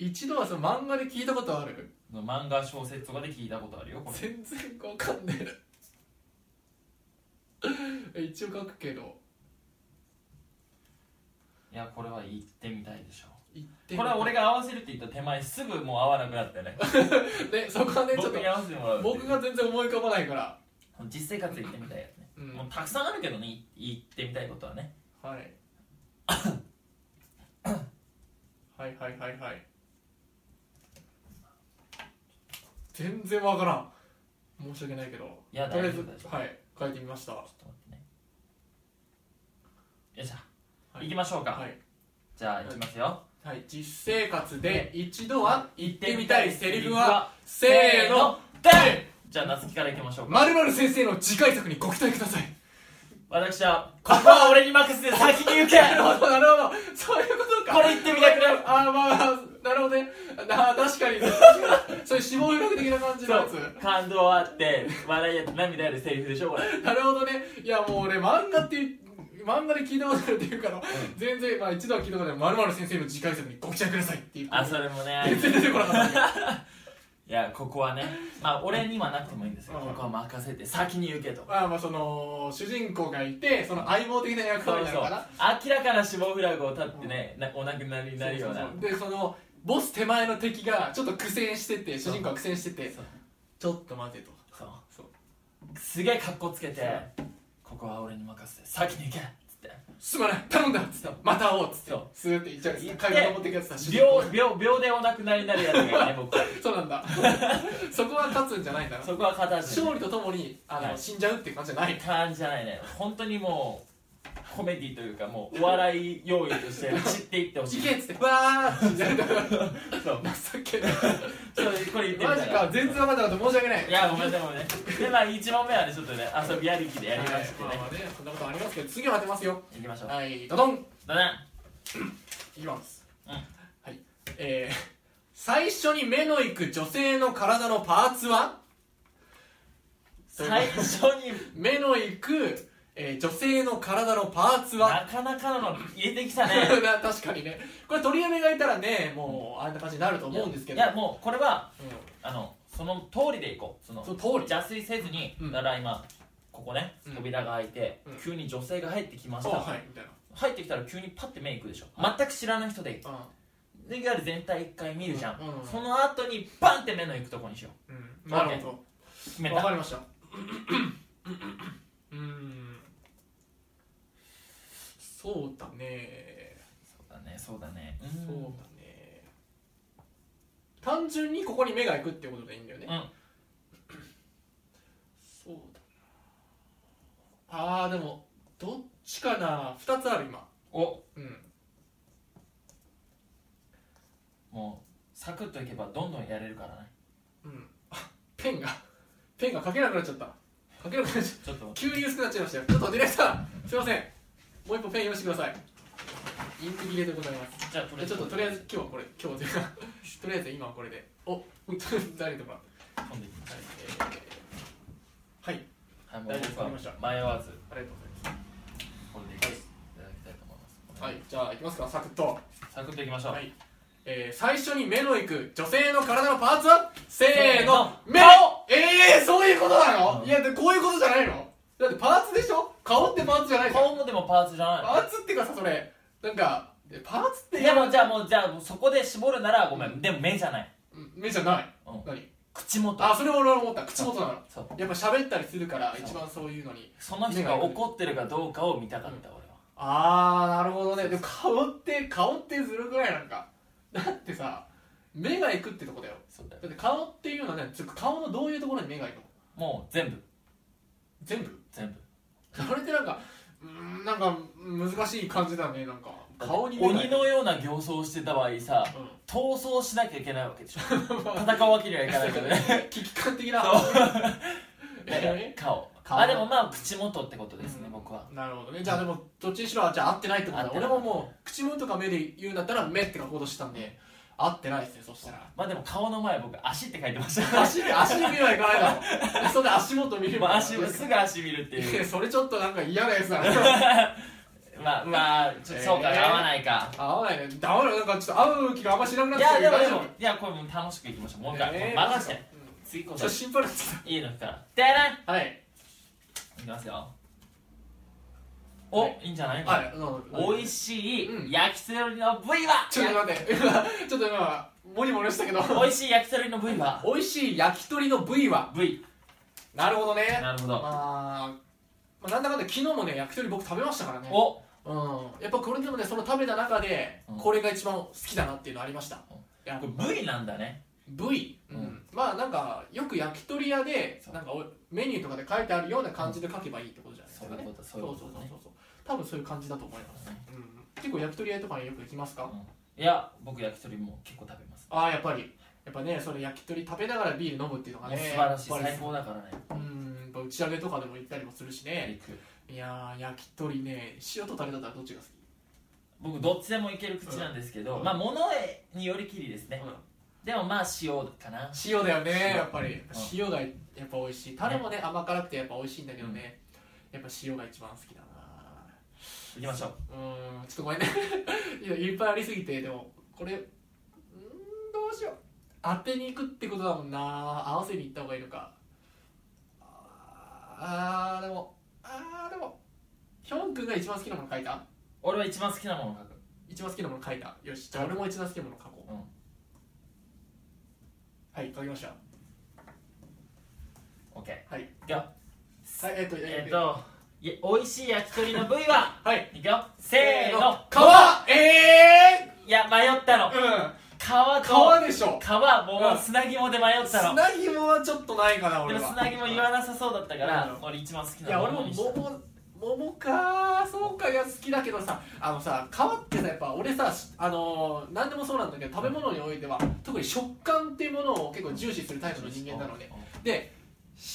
Speaker 2: ー、一度はその漫画で聞いたことある
Speaker 1: 漫画小説とかで聞いたことあるよこれ
Speaker 2: 全然わかんねえ [laughs] 一応書くけど
Speaker 1: いやこれは行ってみたいでしょ
Speaker 2: 言ってみ
Speaker 1: これは俺が合わせるって言った手前すぐもう合わなくなったよね
Speaker 2: [laughs] ねそこはねちょっ
Speaker 1: 僕
Speaker 2: と
Speaker 1: に合わせてもらうっていう
Speaker 2: 僕が全然思い浮かばないから
Speaker 1: 実生活で行ってみたいやつね、
Speaker 2: うん
Speaker 1: もうたくさんあるけどねい行ってみたいことはね
Speaker 2: はいはいはいはいはい全然わからん申し訳ないけど
Speaker 1: いや
Speaker 2: とりあえず
Speaker 1: 大丈夫大丈夫
Speaker 2: はい書いてみました
Speaker 1: ちょっと待ってねよいしょ、
Speaker 2: は
Speaker 1: 行
Speaker 2: い
Speaker 1: きましょうか、
Speaker 2: はい、
Speaker 1: じゃあ行きますよ
Speaker 2: はい、実生活で一度は言ってみたいセリフはせ
Speaker 1: せ
Speaker 2: ー
Speaker 1: ー
Speaker 2: の
Speaker 1: の
Speaker 2: で
Speaker 1: じゃあ夏希から行きましょうか
Speaker 2: まるまる先生の次回作にご期待くださ
Speaker 1: [laughs]
Speaker 2: い
Speaker 1: 私はここは俺に任せて先に行け
Speaker 2: なるほどなるほどそういうことか
Speaker 1: これ言ってみたくなる
Speaker 2: あーまあなるほどねなあ確
Speaker 1: [laughs]
Speaker 2: かにそういう志望学的な感じのやつ
Speaker 1: 感動あって笑いあって涙あるセリフでしょこれ
Speaker 2: [laughs] なるほどねいやもう俺漫画っていう漫画で聞いたことあるっていうから、全然、まあ、一度は聞いたことあるまるまる先生の次回作にご期待くださいっていう
Speaker 1: あそれもね
Speaker 2: 全然出てこなかった
Speaker 1: いやここはねまあ俺にはなくてもいいんですよ
Speaker 2: うん
Speaker 1: ここは任せて先に行けと
Speaker 2: [laughs] まあまあその主人公がいてその相棒的な役
Speaker 1: そ
Speaker 2: 割
Speaker 1: う
Speaker 2: な
Speaker 1: そ
Speaker 2: の
Speaker 1: う
Speaker 2: かな
Speaker 1: 明らかな死亡フラグを立ってね、なお亡くなりになるような
Speaker 2: そうそうそうでそのボス手前の敵がちょっと苦戦してて主人公が苦戦してて
Speaker 1: そう
Speaker 2: ちょっと待てと
Speaker 1: そう
Speaker 2: そう
Speaker 1: すげえ格好つけて
Speaker 2: そう
Speaker 1: ここは俺に任せて先に行けっつって
Speaker 2: すまない頼んだっつってまた会おうっつって
Speaker 1: そう
Speaker 2: スーって行っちゃう
Speaker 1: 行って
Speaker 2: 階段登ってくやつだ主人公
Speaker 1: 秒秒秒でお亡くなりになるやつがいない僕は
Speaker 2: そうな
Speaker 1: [laughs]
Speaker 2: んだそこは勝つんじゃないんだな
Speaker 1: そこは形
Speaker 2: 勝利とともにあの、
Speaker 1: はい
Speaker 2: 死んじゃうって感じじゃない
Speaker 1: 感じじゃないね本当にもうコメディというかもうお笑い要因として散っていってほし
Speaker 2: 行
Speaker 1: い
Speaker 2: けっつってわーって死んじゃう [laughs]
Speaker 1: そう
Speaker 2: 情けない
Speaker 1: ちょっとこれ言ってみ
Speaker 2: マ
Speaker 1: た
Speaker 2: ジ
Speaker 1: ら
Speaker 2: か全然分かんなかった申し訳ない
Speaker 1: いやごめんねごめんねでまあ1問目はねちょっとね遊びやりきでやりましてね
Speaker 2: はいまあまあねそんなことありますけど次は当てますよ
Speaker 1: 行きましょう
Speaker 2: はいドドン
Speaker 1: だね
Speaker 2: いきます、
Speaker 1: うん
Speaker 2: はいえー、最初に目のいく女性の体のパーツは
Speaker 1: 最初に
Speaker 2: 目のいく、えー女性の体のパーツは
Speaker 1: なかなかの入れてきたね
Speaker 2: な [laughs] 確かにねこれ鳥嫁がいたらねもうあんな感じになると思うんですけど
Speaker 1: いやもうこれは
Speaker 2: う
Speaker 1: あのその通りでいこうその
Speaker 2: ん、その通り
Speaker 1: 邪推せずに、
Speaker 2: うん
Speaker 1: だから今ここね
Speaker 2: うん
Speaker 1: 扉が開いて、
Speaker 2: うん
Speaker 1: 急に女性が入ってきました、
Speaker 2: あはいみたい
Speaker 1: 入ってきたら急にパッて目いくでしょ、
Speaker 2: は
Speaker 1: 全く知らない人で
Speaker 2: な
Speaker 1: でいわゆる全体一回見るじゃん、
Speaker 2: うんうん
Speaker 1: その後にバンって目の行くとこにしよう
Speaker 2: うん、うん、なるほ
Speaker 1: 決め
Speaker 2: どわか
Speaker 1: た
Speaker 2: りましたうんそうだね
Speaker 1: そうだねそうだね
Speaker 2: そうんだね単純にここに目がいくってことでいいんだよね
Speaker 1: うん
Speaker 2: そうだなあーでもどっちかな2つある今
Speaker 1: お
Speaker 2: うん
Speaker 1: もうサクッといけばどんどんやれるからね
Speaker 2: うんあペンがペンが書けなくなっちゃった書けなくなっちゃった
Speaker 1: ちょっと
Speaker 2: 急に薄くなっちゃいましたよちょっとディレクターすいませんもう一本ペン用意してくださいインク切れでございます
Speaker 1: じゃあとりあえ
Speaker 2: ち
Speaker 1: ず
Speaker 2: ょっととりあえず今日はこれ今日というかとりあえず今はこれでお本当に誰とか
Speaker 1: 飛んでいきまし
Speaker 2: はい、えーは
Speaker 1: ょうはい
Speaker 2: い、
Speaker 1: も
Speaker 2: 大
Speaker 1: う
Speaker 2: 丈夫
Speaker 1: 僕は
Speaker 2: わかりま
Speaker 1: 迷わず
Speaker 2: ありがとうございま
Speaker 1: これでいただきたいと思います
Speaker 2: すはいじゃあいきますかサクッと、
Speaker 1: サクッといきましょう、
Speaker 2: はいえー、最初に目のいく女性の体のパーツはせ
Speaker 1: せ
Speaker 2: ーの
Speaker 1: ーの
Speaker 2: 目
Speaker 1: 顔
Speaker 2: えー、そういうことなの、
Speaker 1: うん
Speaker 2: いやでこういうことじゃないのだってパーツでしょ顔ってパーツじゃないじゃん
Speaker 1: 顔もでもパーツじゃないの
Speaker 2: パーツっていうかさそれなんかえパーツって
Speaker 1: でもじゃあもうじゃあそこで絞るならごめんでも目じゃない
Speaker 2: うん目じゃない、
Speaker 1: うん
Speaker 2: 何
Speaker 1: 口元
Speaker 2: あそれも俺は思った口元なの
Speaker 1: そう
Speaker 2: やっぱ喋ったりするから
Speaker 1: そう
Speaker 2: 一番そういうのに
Speaker 1: その人が怒ってるかどうかを見たかった俺は
Speaker 2: あーなるほどねでも顔って顔ってずるくないなんかだってさ目が行くってとこだよ
Speaker 1: そうだよ
Speaker 2: だって顔っていうのはねつうか顔のどういうところに目が行くの
Speaker 1: もう全部
Speaker 2: 全部
Speaker 1: 全部
Speaker 2: それってなんかうーんなんか難しい感じだねなんか顔に目が
Speaker 1: 鬼
Speaker 2: 行く
Speaker 1: のような形相をしてた場合さ
Speaker 2: うん
Speaker 1: 逃走しなきゃいけないわけで
Speaker 2: [laughs]
Speaker 1: しょ戦うわけにはいかないけどね
Speaker 2: 危機感的な [laughs]
Speaker 1: だから顔
Speaker 2: 顔
Speaker 1: あでもまあ口元ってことですね
Speaker 2: うん
Speaker 1: 僕は
Speaker 2: なるほどねじゃあでもどっちにしろじゃあ合ってないってこと
Speaker 1: 合
Speaker 2: だ
Speaker 1: ってな
Speaker 2: 俺
Speaker 1: い
Speaker 2: ももう口元か目で言うんだったら目って書こうとしてたんで合ってないですねそしたら
Speaker 1: まあでも顔の前僕足って書いてました
Speaker 2: 足で足で見ればいかないだろそれで足元見れば
Speaker 1: まあ足すぐ足見るって
Speaker 2: い
Speaker 1: いう
Speaker 2: やそれちょっとなんか嫌なやつだな
Speaker 1: ままあまあちょそうか、
Speaker 2: えー
Speaker 1: 合わないか
Speaker 2: 合わないね黙るなんかちょっと合う気があんましなくなっ
Speaker 1: い
Speaker 2: てきた
Speaker 1: や
Speaker 2: け
Speaker 1: で
Speaker 2: ど
Speaker 1: も
Speaker 2: 大
Speaker 1: でも
Speaker 2: 丈夫
Speaker 1: いやこれもう楽しくいきましょうもう一回、
Speaker 2: えー
Speaker 1: もう任せて
Speaker 2: うん
Speaker 1: 次こ
Speaker 2: ちょ
Speaker 1: そ
Speaker 2: っと心配になってき
Speaker 1: いいのからでね
Speaker 2: たはい
Speaker 1: いきますよお、、
Speaker 2: はい
Speaker 1: いんじゃないの、
Speaker 2: はいうん
Speaker 1: 美味し
Speaker 2: うん
Speaker 1: い焼きそばの部位は
Speaker 2: ちょっと待って今ちょっと今モニモニしたけど
Speaker 1: 美味しい焼きそばの部位は
Speaker 2: 美味しい焼き鳥の部位は
Speaker 1: 部位
Speaker 2: なるほどね
Speaker 1: なるほ
Speaker 2: ま
Speaker 1: ど
Speaker 2: あ、まあ、なんだかんだ昨日もね焼き鳥僕食べましたからね
Speaker 1: お
Speaker 2: うん、やっぱこれでもねその食べた中で
Speaker 1: うん
Speaker 2: これが一番好きだなっていうのありました、
Speaker 1: うん
Speaker 2: いや
Speaker 1: これ部位なんだね
Speaker 2: 部位、うん
Speaker 1: うん
Speaker 2: まあなんかよく焼き鳥屋で
Speaker 1: そう
Speaker 2: なんかおメニューとかで書いてあるような感じで書けばいいってことじゃないです
Speaker 1: そう
Speaker 2: か、
Speaker 1: いう
Speaker 2: ね、
Speaker 1: ことそ
Speaker 2: そうう
Speaker 1: いうこ
Speaker 2: そう
Speaker 1: と
Speaker 2: そう
Speaker 1: ね
Speaker 2: そう多分そういう感じだと思います、うん、結構焼き鳥屋とかによく行きますか、
Speaker 1: いや僕焼き鳥も結構食べます
Speaker 2: ああやっぱりやっぱねそれ焼き鳥食べながらビール飲むっていうのが
Speaker 1: もう
Speaker 2: ね
Speaker 1: 素晴らしい
Speaker 2: やっぱり
Speaker 1: 最高だからね
Speaker 2: うんやっぱ打ち上げとかでも行ったりもするしね
Speaker 1: 行く
Speaker 2: いやー焼き鳥ね塩とタレだったらどっちが好き、
Speaker 1: 僕どっちでもいける口なんですけど、
Speaker 2: うん
Speaker 1: まあ物によりきりですね、
Speaker 2: うん
Speaker 1: でもまあ塩かな
Speaker 2: 塩だよね
Speaker 1: 塩
Speaker 2: やっぱり塩がやっぱ美味しいタレもね甘辛くてやっぱ美味しいんだけどね、やっぱ塩が一番好きだない
Speaker 1: きましょう
Speaker 2: うーんちょっとごめんね [laughs] いやいっぱいありすぎてでもこれうーんどうしよう当てに行くってことだもんな合わせに行った方がいいのかあーあーでもあーでもヒョン君が一番好きなもの書いた
Speaker 1: 俺は一番好きなものを書く
Speaker 2: 一番好きなもの書いたよしじゃあ俺も一番好きなもの書こう、
Speaker 1: うん
Speaker 2: はい書きましたは
Speaker 1: OK
Speaker 2: い
Speaker 1: いくよ
Speaker 2: はいえっ、と
Speaker 1: えっ、
Speaker 2: えっ、と
Speaker 1: とい美味しい焼き鳥の部位は
Speaker 2: はい
Speaker 1: いくよせーの
Speaker 2: 川え
Speaker 1: いや迷ったの
Speaker 2: ー、うん
Speaker 1: 皮と
Speaker 2: 川でしょ
Speaker 1: 皮も
Speaker 2: うん
Speaker 1: う砂肝で迷った
Speaker 2: 砂
Speaker 1: の
Speaker 2: 肝はちょっとないかな
Speaker 1: で
Speaker 2: 俺
Speaker 1: も
Speaker 2: は
Speaker 1: 砂肝言わなさそうだったか
Speaker 2: う
Speaker 1: ら
Speaker 2: ん
Speaker 1: 俺一番好き
Speaker 2: い
Speaker 1: な
Speaker 2: や
Speaker 1: も
Speaker 2: 俺も
Speaker 1: のにした
Speaker 2: 桃桃かそうかいや好きだけどさあのさ皮ってさやっぱ俺さしあのー何でもそうなんだけど食べ物においては特に食感っていうものを結構重視するタイプの人間なのねで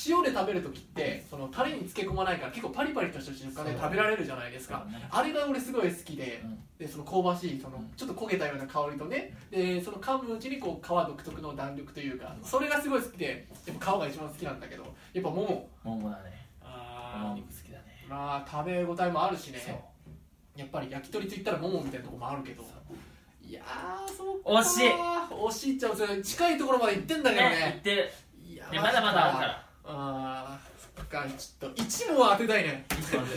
Speaker 2: 塩で食べる時ってそのタレに漬け込まないから結構パリパリとした食感で食べられるじゃないですか
Speaker 1: そうね
Speaker 2: あれが俺すごい好きで
Speaker 1: うん
Speaker 2: でその香ばしいその
Speaker 1: うん
Speaker 2: ちょっと焦げたような香りとねでその噛むうちにこう皮独特の弾力というかそれがすごい好きでやっぱ皮が一番好きなんだけどやっぱもも
Speaker 1: 桃だね桃
Speaker 2: あ
Speaker 1: 肉好きだね
Speaker 2: まあ食べ応えもあるし
Speaker 1: そう
Speaker 2: ねやっぱり焼き鳥といったらももみたいなとこもあるけどいやーそうか
Speaker 1: 惜しい
Speaker 2: 惜しいっちゃ惜しい近いところまで行ってんだけど
Speaker 1: ね言っ
Speaker 2: ね
Speaker 1: てる
Speaker 2: いや
Speaker 1: でまだまだあるから
Speaker 2: あーそっかちょっと1問は当てたいね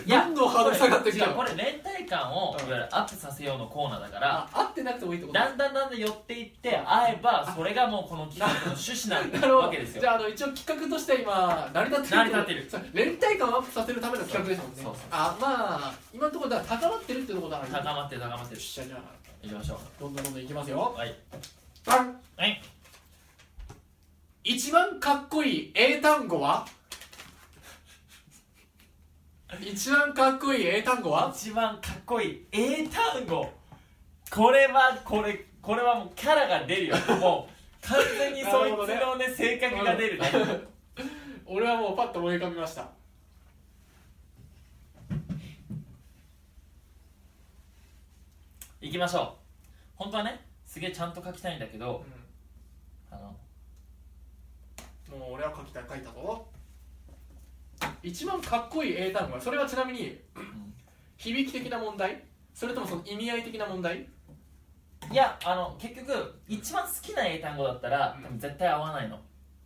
Speaker 1: いや
Speaker 2: どんどんハードル下がってきた
Speaker 1: 違うこれ連帯感を
Speaker 2: うん
Speaker 1: いわゆるアップさせようのコーナーだから
Speaker 2: あ合ってなくてもいいってこと
Speaker 1: だんだんだんだん寄っていって会えばそれがもうこの企画の趣旨なん
Speaker 2: [laughs] な
Speaker 1: だ
Speaker 2: るほ
Speaker 1: わ
Speaker 2: ど
Speaker 1: けです
Speaker 2: じ
Speaker 1: よ
Speaker 2: ゃああの一応企画として今成り立ってる
Speaker 1: 成り立ってる
Speaker 2: そう連帯感をアップさせるための企画ですもんね
Speaker 1: そうそうそう
Speaker 2: あまあ今のところだから高まってるってところだから
Speaker 1: 高まってる高まって
Speaker 2: よ
Speaker 1: る
Speaker 2: っしゃじゃあ
Speaker 1: いきましょ
Speaker 2: どんどんどんどんいきますよ
Speaker 1: うはい
Speaker 2: バン
Speaker 1: はい
Speaker 2: 一番かっこいい英単語は一番かっこいい英単語は
Speaker 1: 一番かっこいい英単語これはこれこれはもうキャラが出るよもう完全にそいつ
Speaker 2: なる
Speaker 1: のね性格が出るね
Speaker 2: 俺はもうパッと思い浮かびました
Speaker 1: いきましょう本当はねすげえちゃんと書きたいんだけどあの
Speaker 2: もう俺は書きたい書いたぞ一番かっこいい英単語はそれはちなみに、
Speaker 1: ん
Speaker 2: 響き的な問題それともその意味合い的な問題
Speaker 1: いやあの結局一番好きな英単語だったら
Speaker 2: うん
Speaker 1: 多分絶対合わないの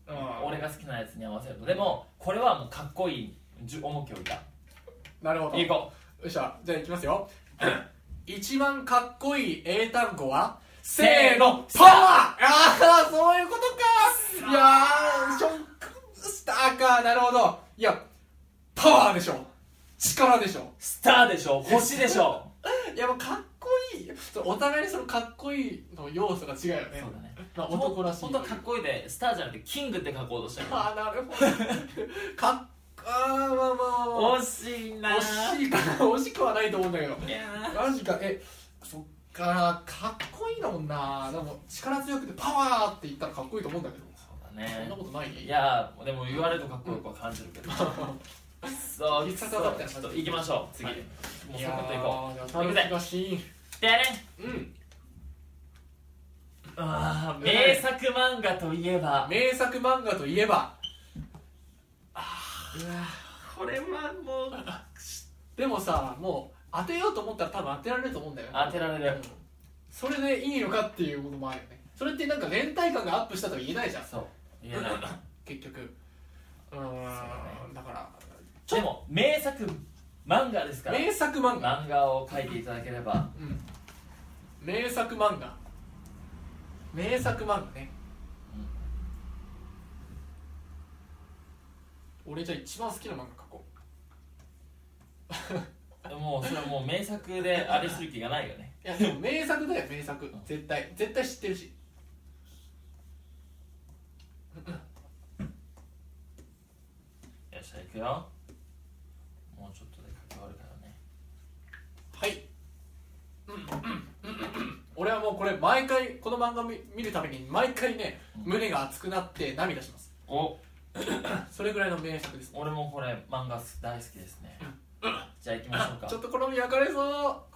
Speaker 1: 俺
Speaker 2: 俺
Speaker 1: が好きなやつに合わせるとでもこれはもうかっこいいじゅ重きを置いた
Speaker 2: なるほど
Speaker 1: いこ
Speaker 2: よっしゃじゃあいきます [laughs] よ一番かっこいい英単語はせーのパワーああそういうことかいやーショックスターかなるほどいやパワーでしょ力でしょ
Speaker 1: うスターでしょ星でし
Speaker 2: [laughs]
Speaker 1: ょ
Speaker 2: いやもうかっこいいそうお互いにそのかっこいいの要素が違う
Speaker 1: そう
Speaker 2: よね
Speaker 1: だね
Speaker 2: まあ男らしい
Speaker 1: 本当はかっこいいでスターじゃなくてキングって書こうとしたよ
Speaker 2: ああなるほどかっあーまあまあまあ
Speaker 1: 惜しいな
Speaker 2: 惜しいかな惜しくはないと思うんだけど
Speaker 1: いや
Speaker 2: マジかえそっかかっこいいんだもんなでも力強くてパワーって言ったらかっこいいと思うんだけど
Speaker 1: そうだ
Speaker 2: そん
Speaker 1: ね
Speaker 2: なことないね [laughs]
Speaker 1: いやでも言われるとかっこよくは感じるけどそう
Speaker 2: 必殺
Speaker 1: そう
Speaker 2: 技みたいな感じ
Speaker 1: ちょっと行きましょう次
Speaker 2: は
Speaker 1: も
Speaker 2: いう
Speaker 1: サクッといこ
Speaker 2: う楽しがシーン
Speaker 1: うでね
Speaker 2: うん
Speaker 1: あー名作漫画といえば
Speaker 2: 名作漫画といえばああ
Speaker 1: これはもう
Speaker 2: でもさもう当てようと思ったら多分当てられると思うんだよね
Speaker 1: 当てられる
Speaker 2: うんそれでいいのかっていうこともあるよねそれってなんか連帯感がアップしたとは言えないじゃん
Speaker 1: そう言えない
Speaker 2: 結局うーんだからちょ
Speaker 1: でも名作漫画ですから
Speaker 2: 名作漫画、
Speaker 1: 漫画を書いていただければ
Speaker 2: うん、名作漫画名作漫画ね、俺じゃあ一番好きな漫画書こ
Speaker 1: もうそれはもう名作であれする気がないよね
Speaker 2: ういやでも名作だよ名作
Speaker 1: ん
Speaker 2: 絶対絶対知ってるし
Speaker 1: よっしゃ行くよもうちょっとで関わるからね
Speaker 2: はい、うんうんうんうん俺はもうこれ毎回この漫画を見見るために毎回ね
Speaker 1: うん
Speaker 2: 胸が熱くなって涙します
Speaker 1: お
Speaker 2: それぐらいの名作です
Speaker 1: 俺もこれ漫画す大好きですねじゃあ行きましょうか
Speaker 2: ちょっと好み焼かれそう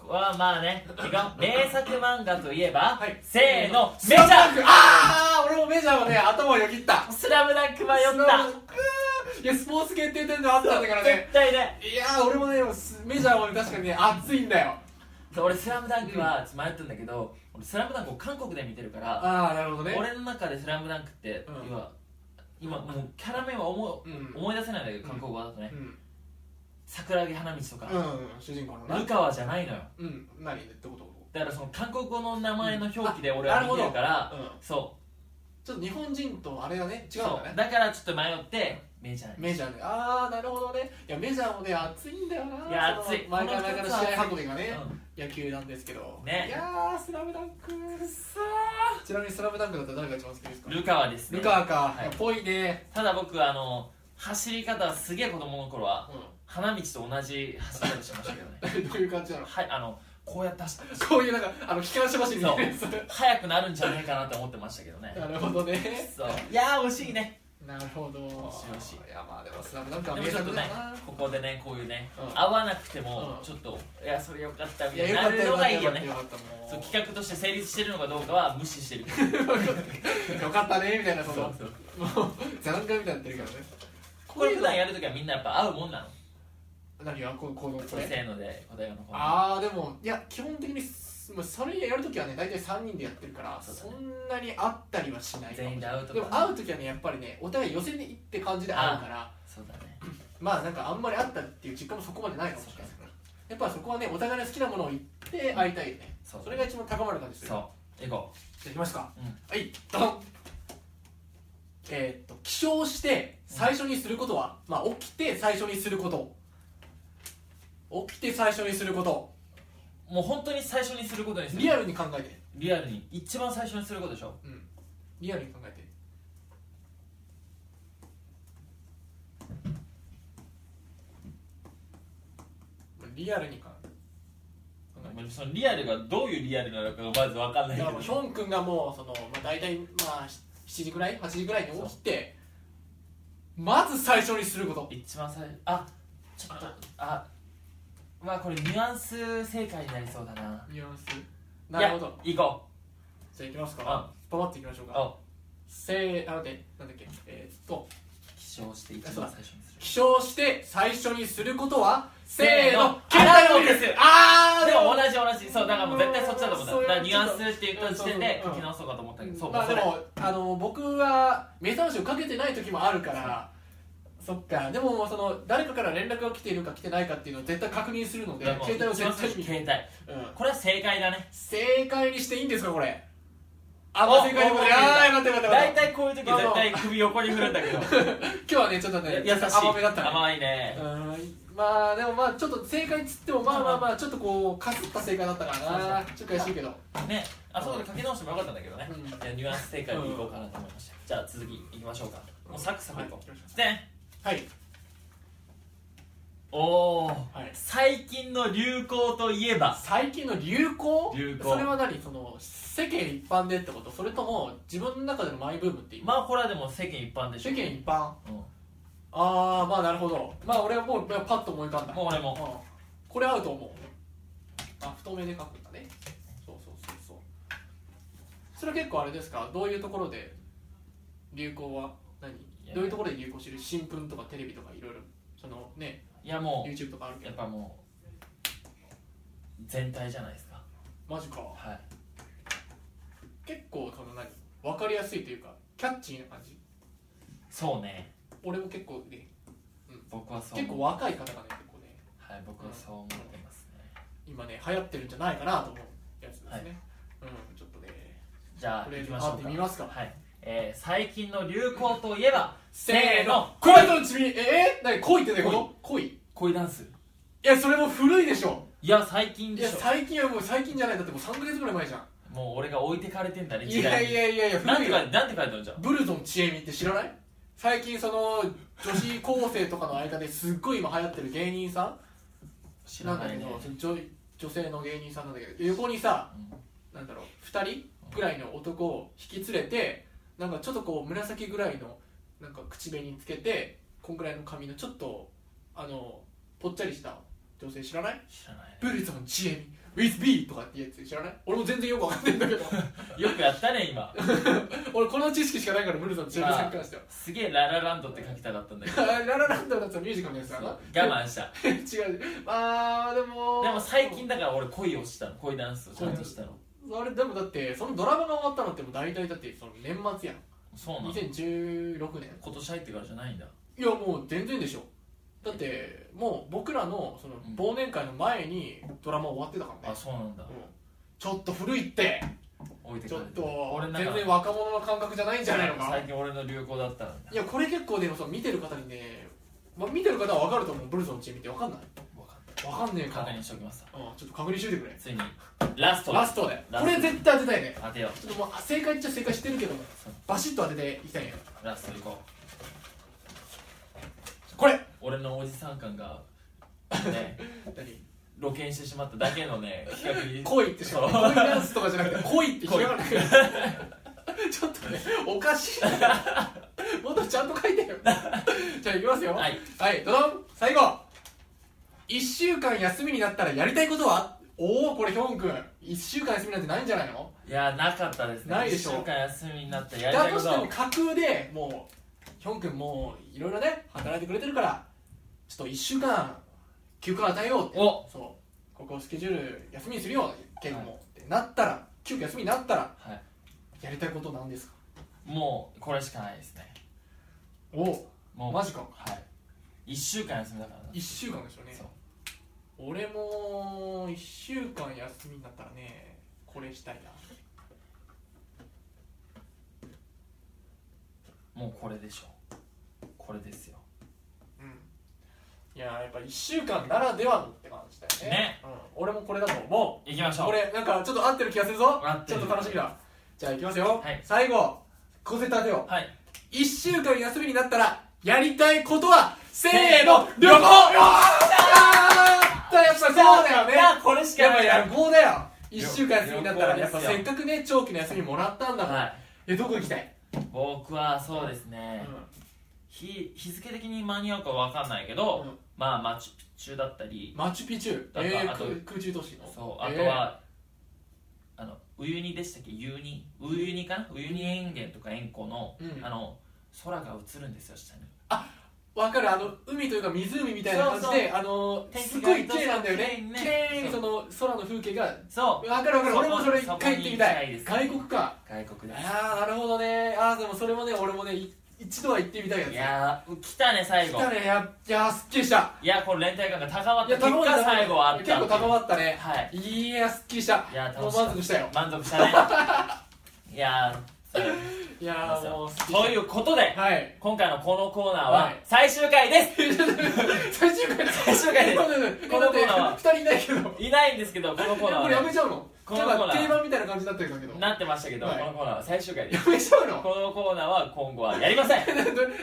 Speaker 1: はまあね違う名作漫画といえば、
Speaker 2: はい
Speaker 1: せーの
Speaker 2: ス
Speaker 1: メジ
Speaker 2: ラムダン
Speaker 1: ャ
Speaker 2: クああ俺もメジャーはね頭をよぎった
Speaker 1: ースラムダンク迷っ
Speaker 2: スラムダンクいやスポーツ系っていう点ではあったんだか
Speaker 1: た
Speaker 2: ら
Speaker 1: 絶
Speaker 2: ね
Speaker 1: 対ね
Speaker 2: いやー俺もねすメジャーはね確かにね熱いんだよ
Speaker 1: 俺スラムダンクは迷ったんだけど、俺スラムダンクを韓国で見てるから、
Speaker 2: ああなるほどね
Speaker 1: 俺の中でスラムダンクって、
Speaker 2: うん
Speaker 1: 要は今もうキャラ名は思う
Speaker 2: うんうん
Speaker 1: 思い出せないんだけど韓国語だとね、
Speaker 2: うん
Speaker 1: 桜木花道と
Speaker 2: う
Speaker 1: か、
Speaker 2: ん主人公の
Speaker 1: ル
Speaker 2: な
Speaker 1: カワじゃないのよ
Speaker 2: うん何ってこと
Speaker 1: だからその韓国語の名前の表記で
Speaker 2: うん
Speaker 1: 俺は見てるから、
Speaker 2: うん
Speaker 1: そう
Speaker 2: ちょっと日本人とあれだね違うん
Speaker 1: そう
Speaker 2: だね
Speaker 1: だからちょっと迷ってメジャーに
Speaker 2: メジャーねああなるほどねいやメジャーもね熱いんだよない
Speaker 1: いや熱い
Speaker 2: 毎回毎回の試合運びがね
Speaker 1: うん
Speaker 2: 野球なんですけど
Speaker 1: ね
Speaker 2: いやースラムダンクちなみにスラムダンクだったら誰が一番好きですか
Speaker 1: ルカワですね
Speaker 2: ルカーか
Speaker 1: はい
Speaker 2: ぽいね
Speaker 1: ただ僕あの走り方はすげえ子供の頃は花道と同じ走り方してましたけどね
Speaker 2: [laughs] どういう感じなの
Speaker 1: はいあのこうやって走って
Speaker 2: こういうなんかあの機関車走りみたいなやつ
Speaker 1: 速くなるんじゃないかなって思ってましたけどね
Speaker 2: [laughs] なるほどね
Speaker 1: そういやー惜しいね
Speaker 2: なるほどい
Speaker 1: よし
Speaker 2: やまあでもスラムダンク
Speaker 1: で
Speaker 2: は
Speaker 1: も
Speaker 2: 名
Speaker 1: ちょっと
Speaker 2: 作だ
Speaker 1: ね
Speaker 2: な
Speaker 1: ここでねこういうね、
Speaker 2: うん
Speaker 1: 合わなくても
Speaker 2: うん
Speaker 1: ちょっと、いやそれよかったみ
Speaker 2: い
Speaker 1: たい
Speaker 2: や
Speaker 1: に
Speaker 2: よ
Speaker 1: な
Speaker 2: かった
Speaker 1: る
Speaker 2: よ
Speaker 1: の
Speaker 2: かっ
Speaker 1: が
Speaker 2: た
Speaker 1: いいよ
Speaker 2: よかった
Speaker 1: ね
Speaker 2: よかったもう
Speaker 1: そう企画として成立してるのかどうかは無視して
Speaker 2: [laughs]
Speaker 1: る
Speaker 2: よかったねみたいなそ
Speaker 1: そう
Speaker 2: の
Speaker 1: そう
Speaker 2: もう残骸みたいになってるからね
Speaker 1: これ普段やるときはみんなやっぱ合うもんなの
Speaker 2: 何がこのこのこ
Speaker 1: せ
Speaker 2: れ
Speaker 1: ーので答えが残る
Speaker 2: ああでもいや基本的にすもうそれやるときはね大体3人でやってるから
Speaker 1: そうだ
Speaker 2: そ
Speaker 1: ね
Speaker 2: んなに会ったりはしないかも
Speaker 1: 全員で会うとか
Speaker 2: でも会うときはねやっぱりねお互い寄せに行って感じで会うから
Speaker 1: そうだね
Speaker 2: まあなんかあんまり会ったっていう実感もそこまでないかもしれないやっぱそこはねお互いの好きなものを言って会いたいよね
Speaker 1: そう
Speaker 2: それが一番高まる感じです
Speaker 1: そ
Speaker 2: よ
Speaker 1: う行こ
Speaker 2: じゃあいきますか、
Speaker 1: うん
Speaker 2: はいドンえーっと起床して最初にすることは、まあ起きて最初にすること起きて最初にすること
Speaker 1: うもう本当に最初にすることにする
Speaker 2: リアルに考えて
Speaker 1: リアルに一番最初にすることでしょ
Speaker 2: うんリアルに考えてリアルに考えて考えて
Speaker 1: まあそのリアルがどういうリアルなのかがまず分かんない
Speaker 2: だ
Speaker 1: けど
Speaker 2: からもうヒョン君がもうその、まあ、大体まあ7時ぐらい8時ぐらいに起きてまず最初にすること
Speaker 1: 一番最初あちょっとあまあこれニュアンス正解になりそうだな
Speaker 2: ニュアンスなるほど
Speaker 1: いや行こ
Speaker 2: じゃあいきます
Speaker 1: う
Speaker 2: か
Speaker 1: あ
Speaker 2: パパっていきましょうか
Speaker 1: あ
Speaker 2: せーあ待ってなんだっけえーっと
Speaker 1: 起床して一番最初にする
Speaker 2: 起床して最初にすることはせー
Speaker 1: せー
Speaker 2: の
Speaker 1: の
Speaker 2: 携帯を
Speaker 1: アラームですよ
Speaker 2: あー
Speaker 1: でも同じ同じそうだからもう絶対そっちだと思った
Speaker 2: そういう
Speaker 1: だからニュアンスって言った時点で
Speaker 2: う
Speaker 1: 書
Speaker 2: ん
Speaker 1: き直そうかと思ったけどそう
Speaker 2: まあ
Speaker 1: そ
Speaker 2: で
Speaker 1: れ
Speaker 2: もあの僕は目覚ましをかけてない時もあるからそっかでももうその誰かから連絡が来ているか来てないかっていうのを絶対確認するので
Speaker 1: だからもう
Speaker 2: 携帯を
Speaker 1: 一番
Speaker 2: 絶
Speaker 1: 最
Speaker 2: 対
Speaker 1: 初
Speaker 2: 見
Speaker 1: に
Speaker 2: る、
Speaker 1: 携帯
Speaker 2: うん、
Speaker 1: これは正解だね
Speaker 2: 正解にしていいんですかこれあまあ正解でもねああよかったよかったよか
Speaker 1: 大
Speaker 2: った
Speaker 1: 体こういう時絶対首横に振るんだけど
Speaker 2: 今日はねちょっとね
Speaker 1: 優しい
Speaker 2: 甘めだったね
Speaker 1: 甘いね
Speaker 2: うんまあでもまあちょっと正解っつってもまあまあまあちょっとこうかすった正解だったからなちょっと悔しいけど
Speaker 1: ねあそこで書き直してもよかったんだけどね
Speaker 2: うん
Speaker 1: じゃあニュアンス正解でいこうかなと思いましたじゃあ続きいきましょうかもうサクサクいこ
Speaker 2: はい行きましょ
Speaker 1: うで
Speaker 2: はい
Speaker 1: おお
Speaker 2: はい
Speaker 1: 最近の流行といえば
Speaker 2: 最近の流行
Speaker 1: 流行
Speaker 2: それは何その世間一般でってことそれとも自分の中でのマイブームっていう、
Speaker 1: まあこれはでも世間一般でし
Speaker 2: 世
Speaker 1: ょ
Speaker 2: 間一般
Speaker 1: うん
Speaker 2: ああまあなるほどまあ俺はもうパッと思い浮かんだ
Speaker 1: もう俺も
Speaker 2: うんこれ合うと思うあ太めで書くんだねそうそうそうそうそれは結構あれですかどういうところで流行は何
Speaker 1: いや
Speaker 2: どういうところで流行してる新聞とかテレビとかいろいろそのね
Speaker 1: いやも
Speaker 2: YouTube とかある
Speaker 1: う
Speaker 2: け
Speaker 1: やっ
Speaker 2: ど
Speaker 1: ぱもう全体じゃないですか
Speaker 2: マジか
Speaker 1: はい
Speaker 2: 結構その何分かりやすいというかキャッチーな感じ
Speaker 1: そうね
Speaker 2: 俺も結構ね
Speaker 1: 僕はそう
Speaker 2: 結構若い方がね結構ね
Speaker 1: はい僕はそう思ってますね
Speaker 2: 今ね流行ってるんじゃないかなと思うやつですね、うんちょっとね
Speaker 1: じゃあ
Speaker 2: とりあ
Speaker 1: 行
Speaker 2: えず
Speaker 1: きましょ
Speaker 2: 回っ
Speaker 1: う
Speaker 2: て
Speaker 1: か
Speaker 2: みますか
Speaker 1: はい、えー最近の流行といえば
Speaker 2: せ
Speaker 1: ーの
Speaker 2: 恋とちびえー、何恋ってねこと恋い
Speaker 1: 恋ダンス
Speaker 2: やそれも古いでしょ
Speaker 1: いや最近
Speaker 2: い
Speaker 1: で
Speaker 2: や
Speaker 1: しょ
Speaker 2: 最近はもう最近じゃないだってもう3ヶ月ぐらい前じゃん
Speaker 1: もう俺が置いてかれてんだね
Speaker 2: い
Speaker 1: 時
Speaker 2: や
Speaker 1: 代
Speaker 2: い
Speaker 1: に
Speaker 2: やいやいや
Speaker 1: なん
Speaker 2: 古
Speaker 1: て
Speaker 2: い
Speaker 1: 書い
Speaker 2: よ
Speaker 1: てなんて書いてあるじゃん
Speaker 2: ブルゾンちえみって知らない最近その女子高生とかの間ですっごい今流行ってる芸人さん
Speaker 1: 知らないね
Speaker 2: んだけど女女性の芸人さんなんだけど横にさ、なんだろう2人ぐらいの男を引き連れてなんかちょっとこう紫ぐらいのなんか口紅つけてこんぐらいの髪のちょっとあのぽっちゃりした女性知らない
Speaker 1: 知らない
Speaker 2: ブルゾンちえみ WithB とかってやつ知らない俺も全然よくわかんないんだけど [laughs]
Speaker 1: よくやったね今
Speaker 2: 俺この知識しかないからブルゾンちえみさんに関しては [laughs]
Speaker 1: すげえララランドって書きたかったんだけど
Speaker 2: ララランドのやつはミュージカルのやつだな [laughs]
Speaker 1: 我慢した
Speaker 2: 違うあーでも
Speaker 1: でも最近だから俺恋をしたの恋ダンスをちゃんとしたの
Speaker 2: あれでもだってそのドラマが終わったのってもう大体だってその年末やん
Speaker 1: そうなの
Speaker 2: 2016年
Speaker 1: 今年入ってからじゃないんだ
Speaker 2: いやもう全然でしょだってもう僕らのその忘年会の前にドラマ終わってたから
Speaker 1: あ
Speaker 2: ね、
Speaker 1: そうなんだ
Speaker 2: うんちょっと古いって
Speaker 1: 置いて
Speaker 2: ち
Speaker 1: か
Speaker 2: ょ
Speaker 1: れ
Speaker 2: ってと
Speaker 1: 俺なん
Speaker 2: 全
Speaker 1: か
Speaker 2: 然若者の感覚じゃないんじゃないのか
Speaker 1: 最近俺の流行だったんだ
Speaker 2: いやこれ結構でもその見てる方にね、まあ、見てる方は分かると思うブルゾンのチームって分かんない
Speaker 1: 分かっ
Speaker 2: 分かんねえ
Speaker 1: た
Speaker 2: か
Speaker 1: 確認しておきます
Speaker 2: うんちょっと確認しといてくれ
Speaker 1: ついにラスト
Speaker 2: ラストで
Speaker 1: ラス
Speaker 2: こ
Speaker 1: ト
Speaker 2: れ絶対当てたいね
Speaker 1: 当てよ
Speaker 2: ちょっともう正解っちゃ正解してるけども
Speaker 1: そう
Speaker 2: バシッと当てていきたいね
Speaker 1: うラスト行こう
Speaker 2: これ
Speaker 1: 俺のおじさん感がね
Speaker 2: 何
Speaker 1: 露見してしまっただけの
Speaker 2: [laughs]
Speaker 1: ね企画に
Speaker 2: 恋ってしかも
Speaker 1: そう
Speaker 2: 恋ダンスとかじゃなくて恋ってひらがな [laughs] ちょっとねおかしいなもっとちゃんと書いてよじゃあいきますよ
Speaker 1: はい
Speaker 2: はいどどん最後1週間休みになったらやりたいことはおおこれヒョン君1週間休みなんてないんじゃないの
Speaker 1: いやなかったですね
Speaker 2: ないでしょ
Speaker 1: 1週間休みになってやり
Speaker 2: だ
Speaker 1: たい
Speaker 2: と
Speaker 1: こ
Speaker 2: し
Speaker 1: と
Speaker 2: ても架空でもうヒョン君もういろいろね働いてくれてるからちょっと1週間休暇与えようって
Speaker 1: お
Speaker 2: そうここスケジュール休みにするよケンも、ってなったら急遽休みになったら
Speaker 1: はい
Speaker 2: やりたいことなんですか
Speaker 1: もうこれしかないですね
Speaker 2: お
Speaker 1: もう
Speaker 2: マジか
Speaker 1: はい1週間休みだからな
Speaker 2: 1週間でしょうね
Speaker 1: そう
Speaker 2: 俺も1週間休みになったらねこれしたいな
Speaker 1: もうこれでしょこれですよ
Speaker 2: うんいやーやっぱ1週間ならではのって感じだよね
Speaker 1: ね
Speaker 2: うん、俺もこれだと思
Speaker 1: 行きまし
Speaker 2: う
Speaker 1: ょ
Speaker 2: こ
Speaker 1: う
Speaker 2: れなんかちょっと合ってる気がするぞ
Speaker 1: 合って
Speaker 2: ちょ
Speaker 1: る
Speaker 2: っと楽しみだじゃあいきますよ、
Speaker 1: はい
Speaker 2: 最後小瀬立てよ
Speaker 1: はい
Speaker 2: 1週間休みになったらやりたいことはせーの旅行よーやっぱそうだよね
Speaker 1: いやこれしか
Speaker 2: や
Speaker 1: ない
Speaker 2: っぱ旅行だよ1週間休みになったらやっぱせっかくね長期の休みもらったんだもん、
Speaker 1: は
Speaker 2: えどこ行きたい、
Speaker 1: い僕はそうです
Speaker 2: う
Speaker 1: ね、
Speaker 2: ん、
Speaker 1: 日日付的に間に合うかわかんないけど、
Speaker 2: うん
Speaker 1: まあマチュピチュだったり
Speaker 2: マチュピチュ
Speaker 1: あと
Speaker 2: えー
Speaker 1: あと
Speaker 2: 空空中都市の
Speaker 1: そうあとは、あのウユニでしたっけユニウユニかなウユニ塩原とか塩湖の、
Speaker 2: うん
Speaker 1: あの空が映るんですよ下に
Speaker 2: 分かるあの海というか湖みたいな感じで
Speaker 1: そうそう
Speaker 2: あの
Speaker 1: 天気が
Speaker 2: すごい綺麗なんだよ
Speaker 1: 綺麗
Speaker 2: ね
Speaker 1: にね
Speaker 2: 綺麗にその空の風景が
Speaker 1: そう
Speaker 2: 分かる分か
Speaker 1: そ
Speaker 2: る
Speaker 1: う
Speaker 2: 俺もそれ一回行っ
Speaker 1: そこに行
Speaker 2: てみたい
Speaker 1: きたいです
Speaker 2: 外国か
Speaker 1: 外国です
Speaker 2: ああなるほどねああでもそれもね俺もねい一度は行ってみたいやつ
Speaker 1: いやー来たね最
Speaker 2: 来
Speaker 1: 後
Speaker 2: たねやいやーすっきりした
Speaker 1: いやこれ連帯感が高まっ
Speaker 2: い
Speaker 1: た
Speaker 2: や
Speaker 1: 結
Speaker 2: ま
Speaker 1: 果最後はあった
Speaker 2: 結構高まったね
Speaker 1: はい
Speaker 2: いやすっきりした
Speaker 1: いや
Speaker 2: も
Speaker 1: 楽
Speaker 2: う
Speaker 1: しかっ
Speaker 2: 満足したよ
Speaker 1: た満足したね
Speaker 2: [laughs]
Speaker 1: いやーそう
Speaker 2: いやーもうすっきりした
Speaker 1: ということで
Speaker 2: はい [laughs]
Speaker 1: 今回のこのコーナー
Speaker 2: は
Speaker 1: はい最終回です、
Speaker 2: 最終回だ
Speaker 1: 最終回です
Speaker 2: [laughs] そうだよね
Speaker 1: このコーナーは
Speaker 2: だって二人いないけど
Speaker 1: い、ないんですけどこのコーナ
Speaker 2: いや
Speaker 1: ー
Speaker 2: こ
Speaker 1: は
Speaker 2: れや
Speaker 1: ね、
Speaker 2: めちゃうの
Speaker 1: このコーナー
Speaker 2: なんか定番みたいな感じになってるんだけど
Speaker 1: なってましたけど、
Speaker 2: はい
Speaker 1: このコーナーは最終回です
Speaker 2: やめちゃうの [laughs]
Speaker 1: このコーナーは今後はやりません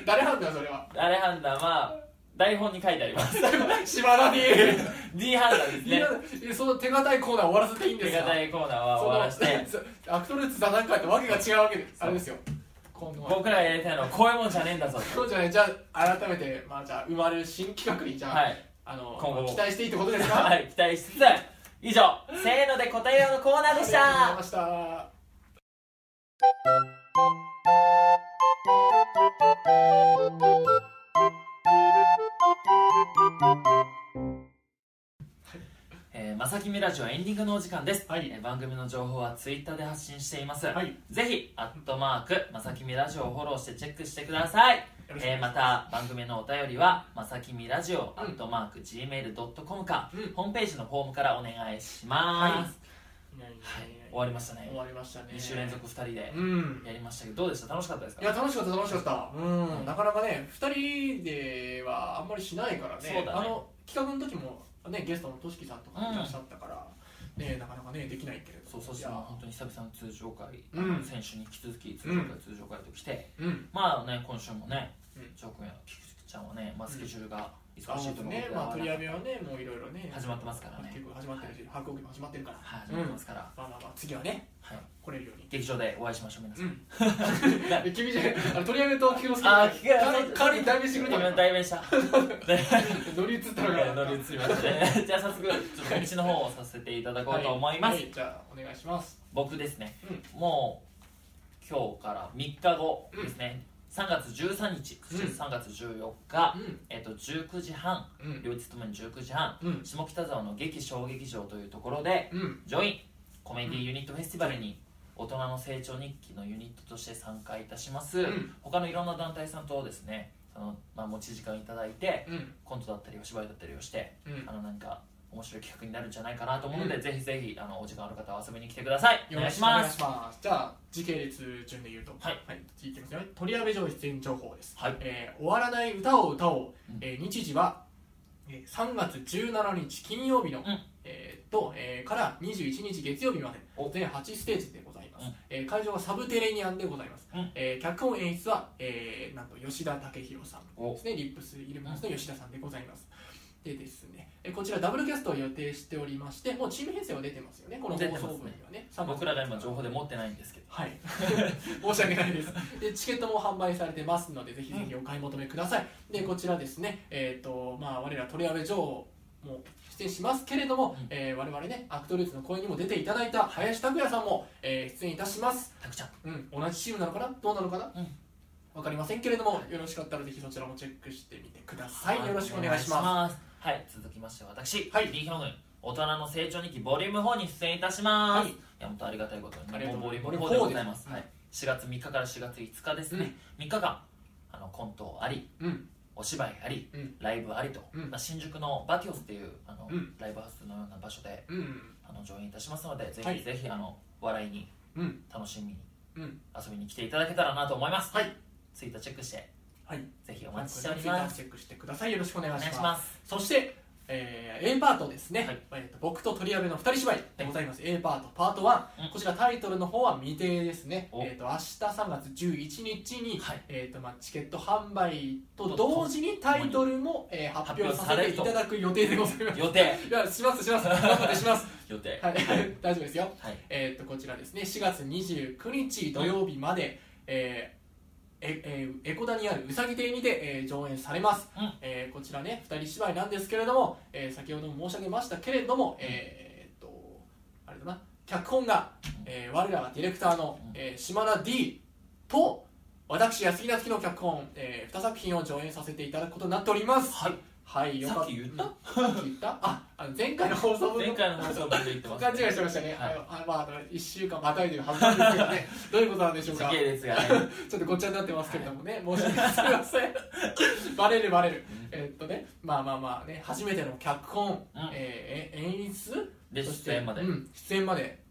Speaker 2: 誰判断そ
Speaker 1: [laughs]
Speaker 2: れは
Speaker 1: あれ判断は台本に書いてあります [laughs]
Speaker 2: 島田に [laughs]
Speaker 1: D 判断です
Speaker 2: みん
Speaker 1: ね
Speaker 2: なでその手堅いコーナー終わらせていいんで
Speaker 1: 手
Speaker 2: すか
Speaker 1: 堅いコーナーは終わらせて
Speaker 2: そのそうアクトルーツ座談会とわけが違うわけですあれですよ今度は
Speaker 1: 僕らがやりたいのはこういうもんじゃねえんだぞ
Speaker 2: そうじゃないじゃあ改めてまあじゃあ生まれる新企画にじゃあ、
Speaker 1: はい
Speaker 2: あの
Speaker 1: 今後も
Speaker 2: 期待していいってことですか
Speaker 1: はい、期待しつつ以上せーので答えようのコーナーでし
Speaker 2: ありがとうござ
Speaker 1: た
Speaker 2: いました
Speaker 1: えー、まさき姫ラジオエンディングのお時間です、
Speaker 2: はい
Speaker 1: えー番組の情報はツイッターで発信しています、
Speaker 2: はい
Speaker 1: ぜひアットマークまさきみラジオをフォローしてチェックしてください
Speaker 2: よろしくお願いします
Speaker 1: えーまた番組のお便りはまさきみラジオ
Speaker 2: う
Speaker 1: ア
Speaker 2: ん
Speaker 1: ットマーク Gmail.com か、
Speaker 2: うん
Speaker 1: ホームページのフォームからお願いします、
Speaker 2: いやいやい
Speaker 1: はい
Speaker 2: やい
Speaker 1: 終わりました
Speaker 2: や
Speaker 1: ね
Speaker 2: 終わりましたね
Speaker 1: 2週連続2人で
Speaker 2: うん
Speaker 1: やりましたけどどうでした楽しかったですか
Speaker 2: いや楽しかった楽しかったうん、
Speaker 1: うん
Speaker 2: なかなかね2人ではあんまりしないからね
Speaker 1: そうだね
Speaker 2: あの企画の時も、ね、ゲストのとしきさんとかいらっしゃったから、ねなかなかねできないけれど
Speaker 1: そうそし
Speaker 2: い
Speaker 1: て
Speaker 2: や
Speaker 1: まあ本当に久々の通常会、
Speaker 2: うん
Speaker 1: 選手に引き続き通常会、通常会と来て
Speaker 2: うん
Speaker 1: まあね今週もね
Speaker 2: うん
Speaker 1: 翔くんや菊池ちゃんはね、まあ、
Speaker 2: うん
Speaker 1: スケジュールが
Speaker 2: あ
Speaker 1: 忙しいとこ
Speaker 2: の
Speaker 1: ろ
Speaker 2: ね
Speaker 1: で、
Speaker 2: まあ取り
Speaker 1: は
Speaker 2: 上げはねもういろいろね
Speaker 1: 始まってますからね
Speaker 2: 結構始まってるし白鵬も始まってるから、
Speaker 1: い始まってますから、
Speaker 2: まあまあまあ次はね
Speaker 1: はい、
Speaker 2: 来れるように
Speaker 1: 劇場でお会いしましょう皆さん、
Speaker 2: ん [laughs] 君じゃあの取り上げと聞きますけど
Speaker 1: あー聞け
Speaker 2: 代わり代
Speaker 1: [laughs]
Speaker 2: わりに代弁してくれた
Speaker 1: ごめん
Speaker 2: の
Speaker 1: 代弁したね
Speaker 2: 乗り移ったのが
Speaker 1: 乗り移りましたね [laughs] じゃあ早速ちょっと告知の方をさせていただこうと思います、
Speaker 2: ははじゃあお願いします
Speaker 1: 僕ですね、もう今日から3日後ですね、3月13日、
Speaker 2: うん
Speaker 1: 3月14日、
Speaker 2: うん
Speaker 1: えっと、19時半
Speaker 2: うん
Speaker 1: 両日ともに19時半
Speaker 2: うん
Speaker 1: 下北沢の劇小劇場というところで
Speaker 2: うん
Speaker 1: ジョインコメディユニットフェスティバルに大人の成長日記のユニットとして参加いたします、
Speaker 2: うん
Speaker 1: 他のいろんな団体さんとですねその、まあ、持ち時間いただいて
Speaker 2: うん
Speaker 1: コントだったりお芝居だったりをして
Speaker 2: うん
Speaker 1: あのなんか面白い企画になるんじゃないかなと思うので、
Speaker 2: うん
Speaker 1: ぜひぜひあのお時間ある方は遊びに来てくださいお
Speaker 2: よ
Speaker 1: 願
Speaker 2: ろ
Speaker 1: い
Speaker 2: し
Speaker 1: し
Speaker 2: くお願
Speaker 1: ま
Speaker 2: い
Speaker 1: す
Speaker 2: します。じゃあ時系列順で言うと、
Speaker 1: はい、
Speaker 2: 次いきますよ。取り上げ上出演情報です。
Speaker 1: はい
Speaker 2: えー終わらない歌を歌おう。
Speaker 1: うん
Speaker 2: えー日時は、えー3月17日金曜日の、
Speaker 1: ん
Speaker 2: えーと、えーから21日月曜日まで
Speaker 1: お
Speaker 2: 全8ステージでございます。
Speaker 1: うん
Speaker 2: えー会場はサブテレニアンでございます。
Speaker 1: うん
Speaker 2: えー脚本演出は、えーなんと吉田武宏さん。
Speaker 1: お
Speaker 2: ですね、リップスイルミナスの吉田さんでございます。でですね、えこちらダブルキャストを予定しておりまして、もうチーム編成は出てますよね、この放
Speaker 1: 出てます
Speaker 2: 送
Speaker 1: ね
Speaker 2: 分にはね。3月
Speaker 1: 僕らが今情報で持ってないんですけど
Speaker 2: はい、 [laughs] 申し訳ないですで。チケットも販売されてますので、ぜひぜひお買い求めください。で、こちらですね、えっ、と、まあ、我ら鳥籔女王も出演しますけれども、
Speaker 1: うん
Speaker 2: えー我々ね、アクトルーツの声にも出ていただいた林拓也さんも、えー出演いたします。
Speaker 1: たくちゃん
Speaker 2: うん、同じチームなのかなどうなのかな、
Speaker 1: うん。
Speaker 2: わかりませんけれども、よろしかったらぜひそちらもチェックしてみてください。よろしくお願いします
Speaker 1: はい、続きまして私、
Speaker 2: はい
Speaker 1: D ヒョングン、大人の成長日記ボリューム4に出演いたします。
Speaker 2: はい
Speaker 1: いや、本当ありがたいことに、
Speaker 2: ありがとう
Speaker 1: もうボリューム4でございます。
Speaker 2: ボ
Speaker 1: は
Speaker 2: リ
Speaker 1: い、
Speaker 2: ューム4
Speaker 1: 4月3日から4月5日ですね、3日間あのコントあり、
Speaker 2: す。うん、
Speaker 1: お芝居あり、
Speaker 2: うん
Speaker 1: ライブありと、
Speaker 2: うん
Speaker 1: まあ、新宿のバティオスっていうあの、
Speaker 2: うん
Speaker 1: ライブハウスのような場所で
Speaker 2: うん、
Speaker 1: あの上演いたしますので、ぜ
Speaker 2: は
Speaker 1: ひ
Speaker 2: い
Speaker 1: ぜひあの笑いに
Speaker 2: うん、
Speaker 1: 楽しみに
Speaker 2: うん。
Speaker 1: 遊びに来ていただけたらなと思います。
Speaker 2: はい、
Speaker 1: ツイッターチェックして
Speaker 2: はい。
Speaker 1: ぜひお待ちしております。
Speaker 2: チェックしてください。よろしくお願
Speaker 1: お
Speaker 2: いし
Speaker 1: 願いし
Speaker 2: ま
Speaker 1: ま
Speaker 2: す。
Speaker 1: す。
Speaker 2: そして、えー A パートですね、
Speaker 1: はい
Speaker 2: えーと僕と鳥籔の二人芝居でございます、A パートパート1、
Speaker 1: うん
Speaker 2: こちらタイトルの方は未定ですね、
Speaker 1: お
Speaker 2: えー、と明日3月11日に、
Speaker 1: はい
Speaker 2: えーとまあ、チケット販売と同時にタイトルも、えー発表させていただく予定でございます
Speaker 1: 予定、
Speaker 2: いやしますします頑張ってします、
Speaker 1: [laughs] 予定。
Speaker 2: はい、大丈夫ですよ
Speaker 1: はい。
Speaker 2: えー、とこちらですね4月29日土曜日まで、えーええー、江古田にあるうさぎ亭にて、えー上演されます、
Speaker 1: うん
Speaker 2: えーこちらね二人芝居なんですけれども、えー先ほども申し上げましたけれども、えー、とあれだな脚本が、えー我らがディレクターの、
Speaker 1: うん
Speaker 2: えー島田 D と私安木夏樹の脚本、え2作品を上演させていただくことになっております
Speaker 1: はい
Speaker 2: はいよか
Speaker 1: さ
Speaker 2: っ
Speaker 1: ったき言った
Speaker 2: さっき言ったああの前回の放送分
Speaker 1: 前
Speaker 2: の
Speaker 1: 回の放送分で言ってます
Speaker 2: 勘違いしてましたね、
Speaker 1: はい
Speaker 2: あのあまあ、あの1週間またいでるはずなんですけど
Speaker 1: [laughs]
Speaker 2: ね、どういうことなんでしょう
Speaker 1: 時
Speaker 2: か、
Speaker 1: 系列がね
Speaker 2: ちょっとごっちゃになってますけれどもね、申し訳ございませ
Speaker 1: [laughs]
Speaker 2: ん、バレるバレる、えーっとね、まあまあまあね、初めての脚本、
Speaker 1: うん
Speaker 2: えーえ演出、
Speaker 1: で
Speaker 2: そして
Speaker 1: 出演まで、
Speaker 2: うん出演まで、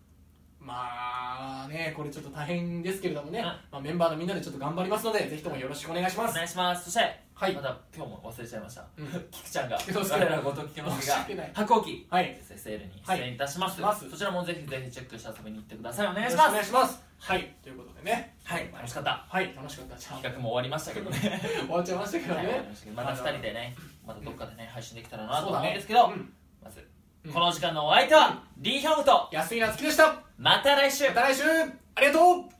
Speaker 2: まあね、これちょっと大変ですけれどもね、
Speaker 1: うん
Speaker 2: まあ、メンバーのみんなでちょっと頑張りますので、ぜひともよろしくお願いしま
Speaker 1: お
Speaker 2: す。
Speaker 1: 願いしますそして、
Speaker 2: はい
Speaker 1: また今日も忘れちゃいました、
Speaker 2: うん
Speaker 1: キクちゃんが
Speaker 2: 菊之助
Speaker 1: 我らごときの
Speaker 2: 申
Speaker 1: 助
Speaker 2: し訳ない
Speaker 1: が箱置き
Speaker 2: はい、
Speaker 1: SSL に出演いたします,、
Speaker 2: はいします
Speaker 1: そちらもぜひぜひチェックして遊びに行ってくださいお
Speaker 2: お
Speaker 1: 願いします
Speaker 2: お願いします。はい、ということでね、
Speaker 1: はい楽しかった
Speaker 2: はい、楽しかった、じゃあ
Speaker 1: 企画も終わりましたけどね
Speaker 2: 終わっちゃいましたけど
Speaker 1: はい終わり
Speaker 2: ね
Speaker 1: ま。したけどまた2人でねまたどっかでね配信できたらなと
Speaker 2: そうだ
Speaker 1: 思うん
Speaker 2: ね
Speaker 1: ですけど、
Speaker 2: うん
Speaker 1: まず
Speaker 2: うん
Speaker 1: この時間のお相手は、リーヒョンウと
Speaker 2: 安井なつきでした
Speaker 1: また来週
Speaker 2: また来週ありがとう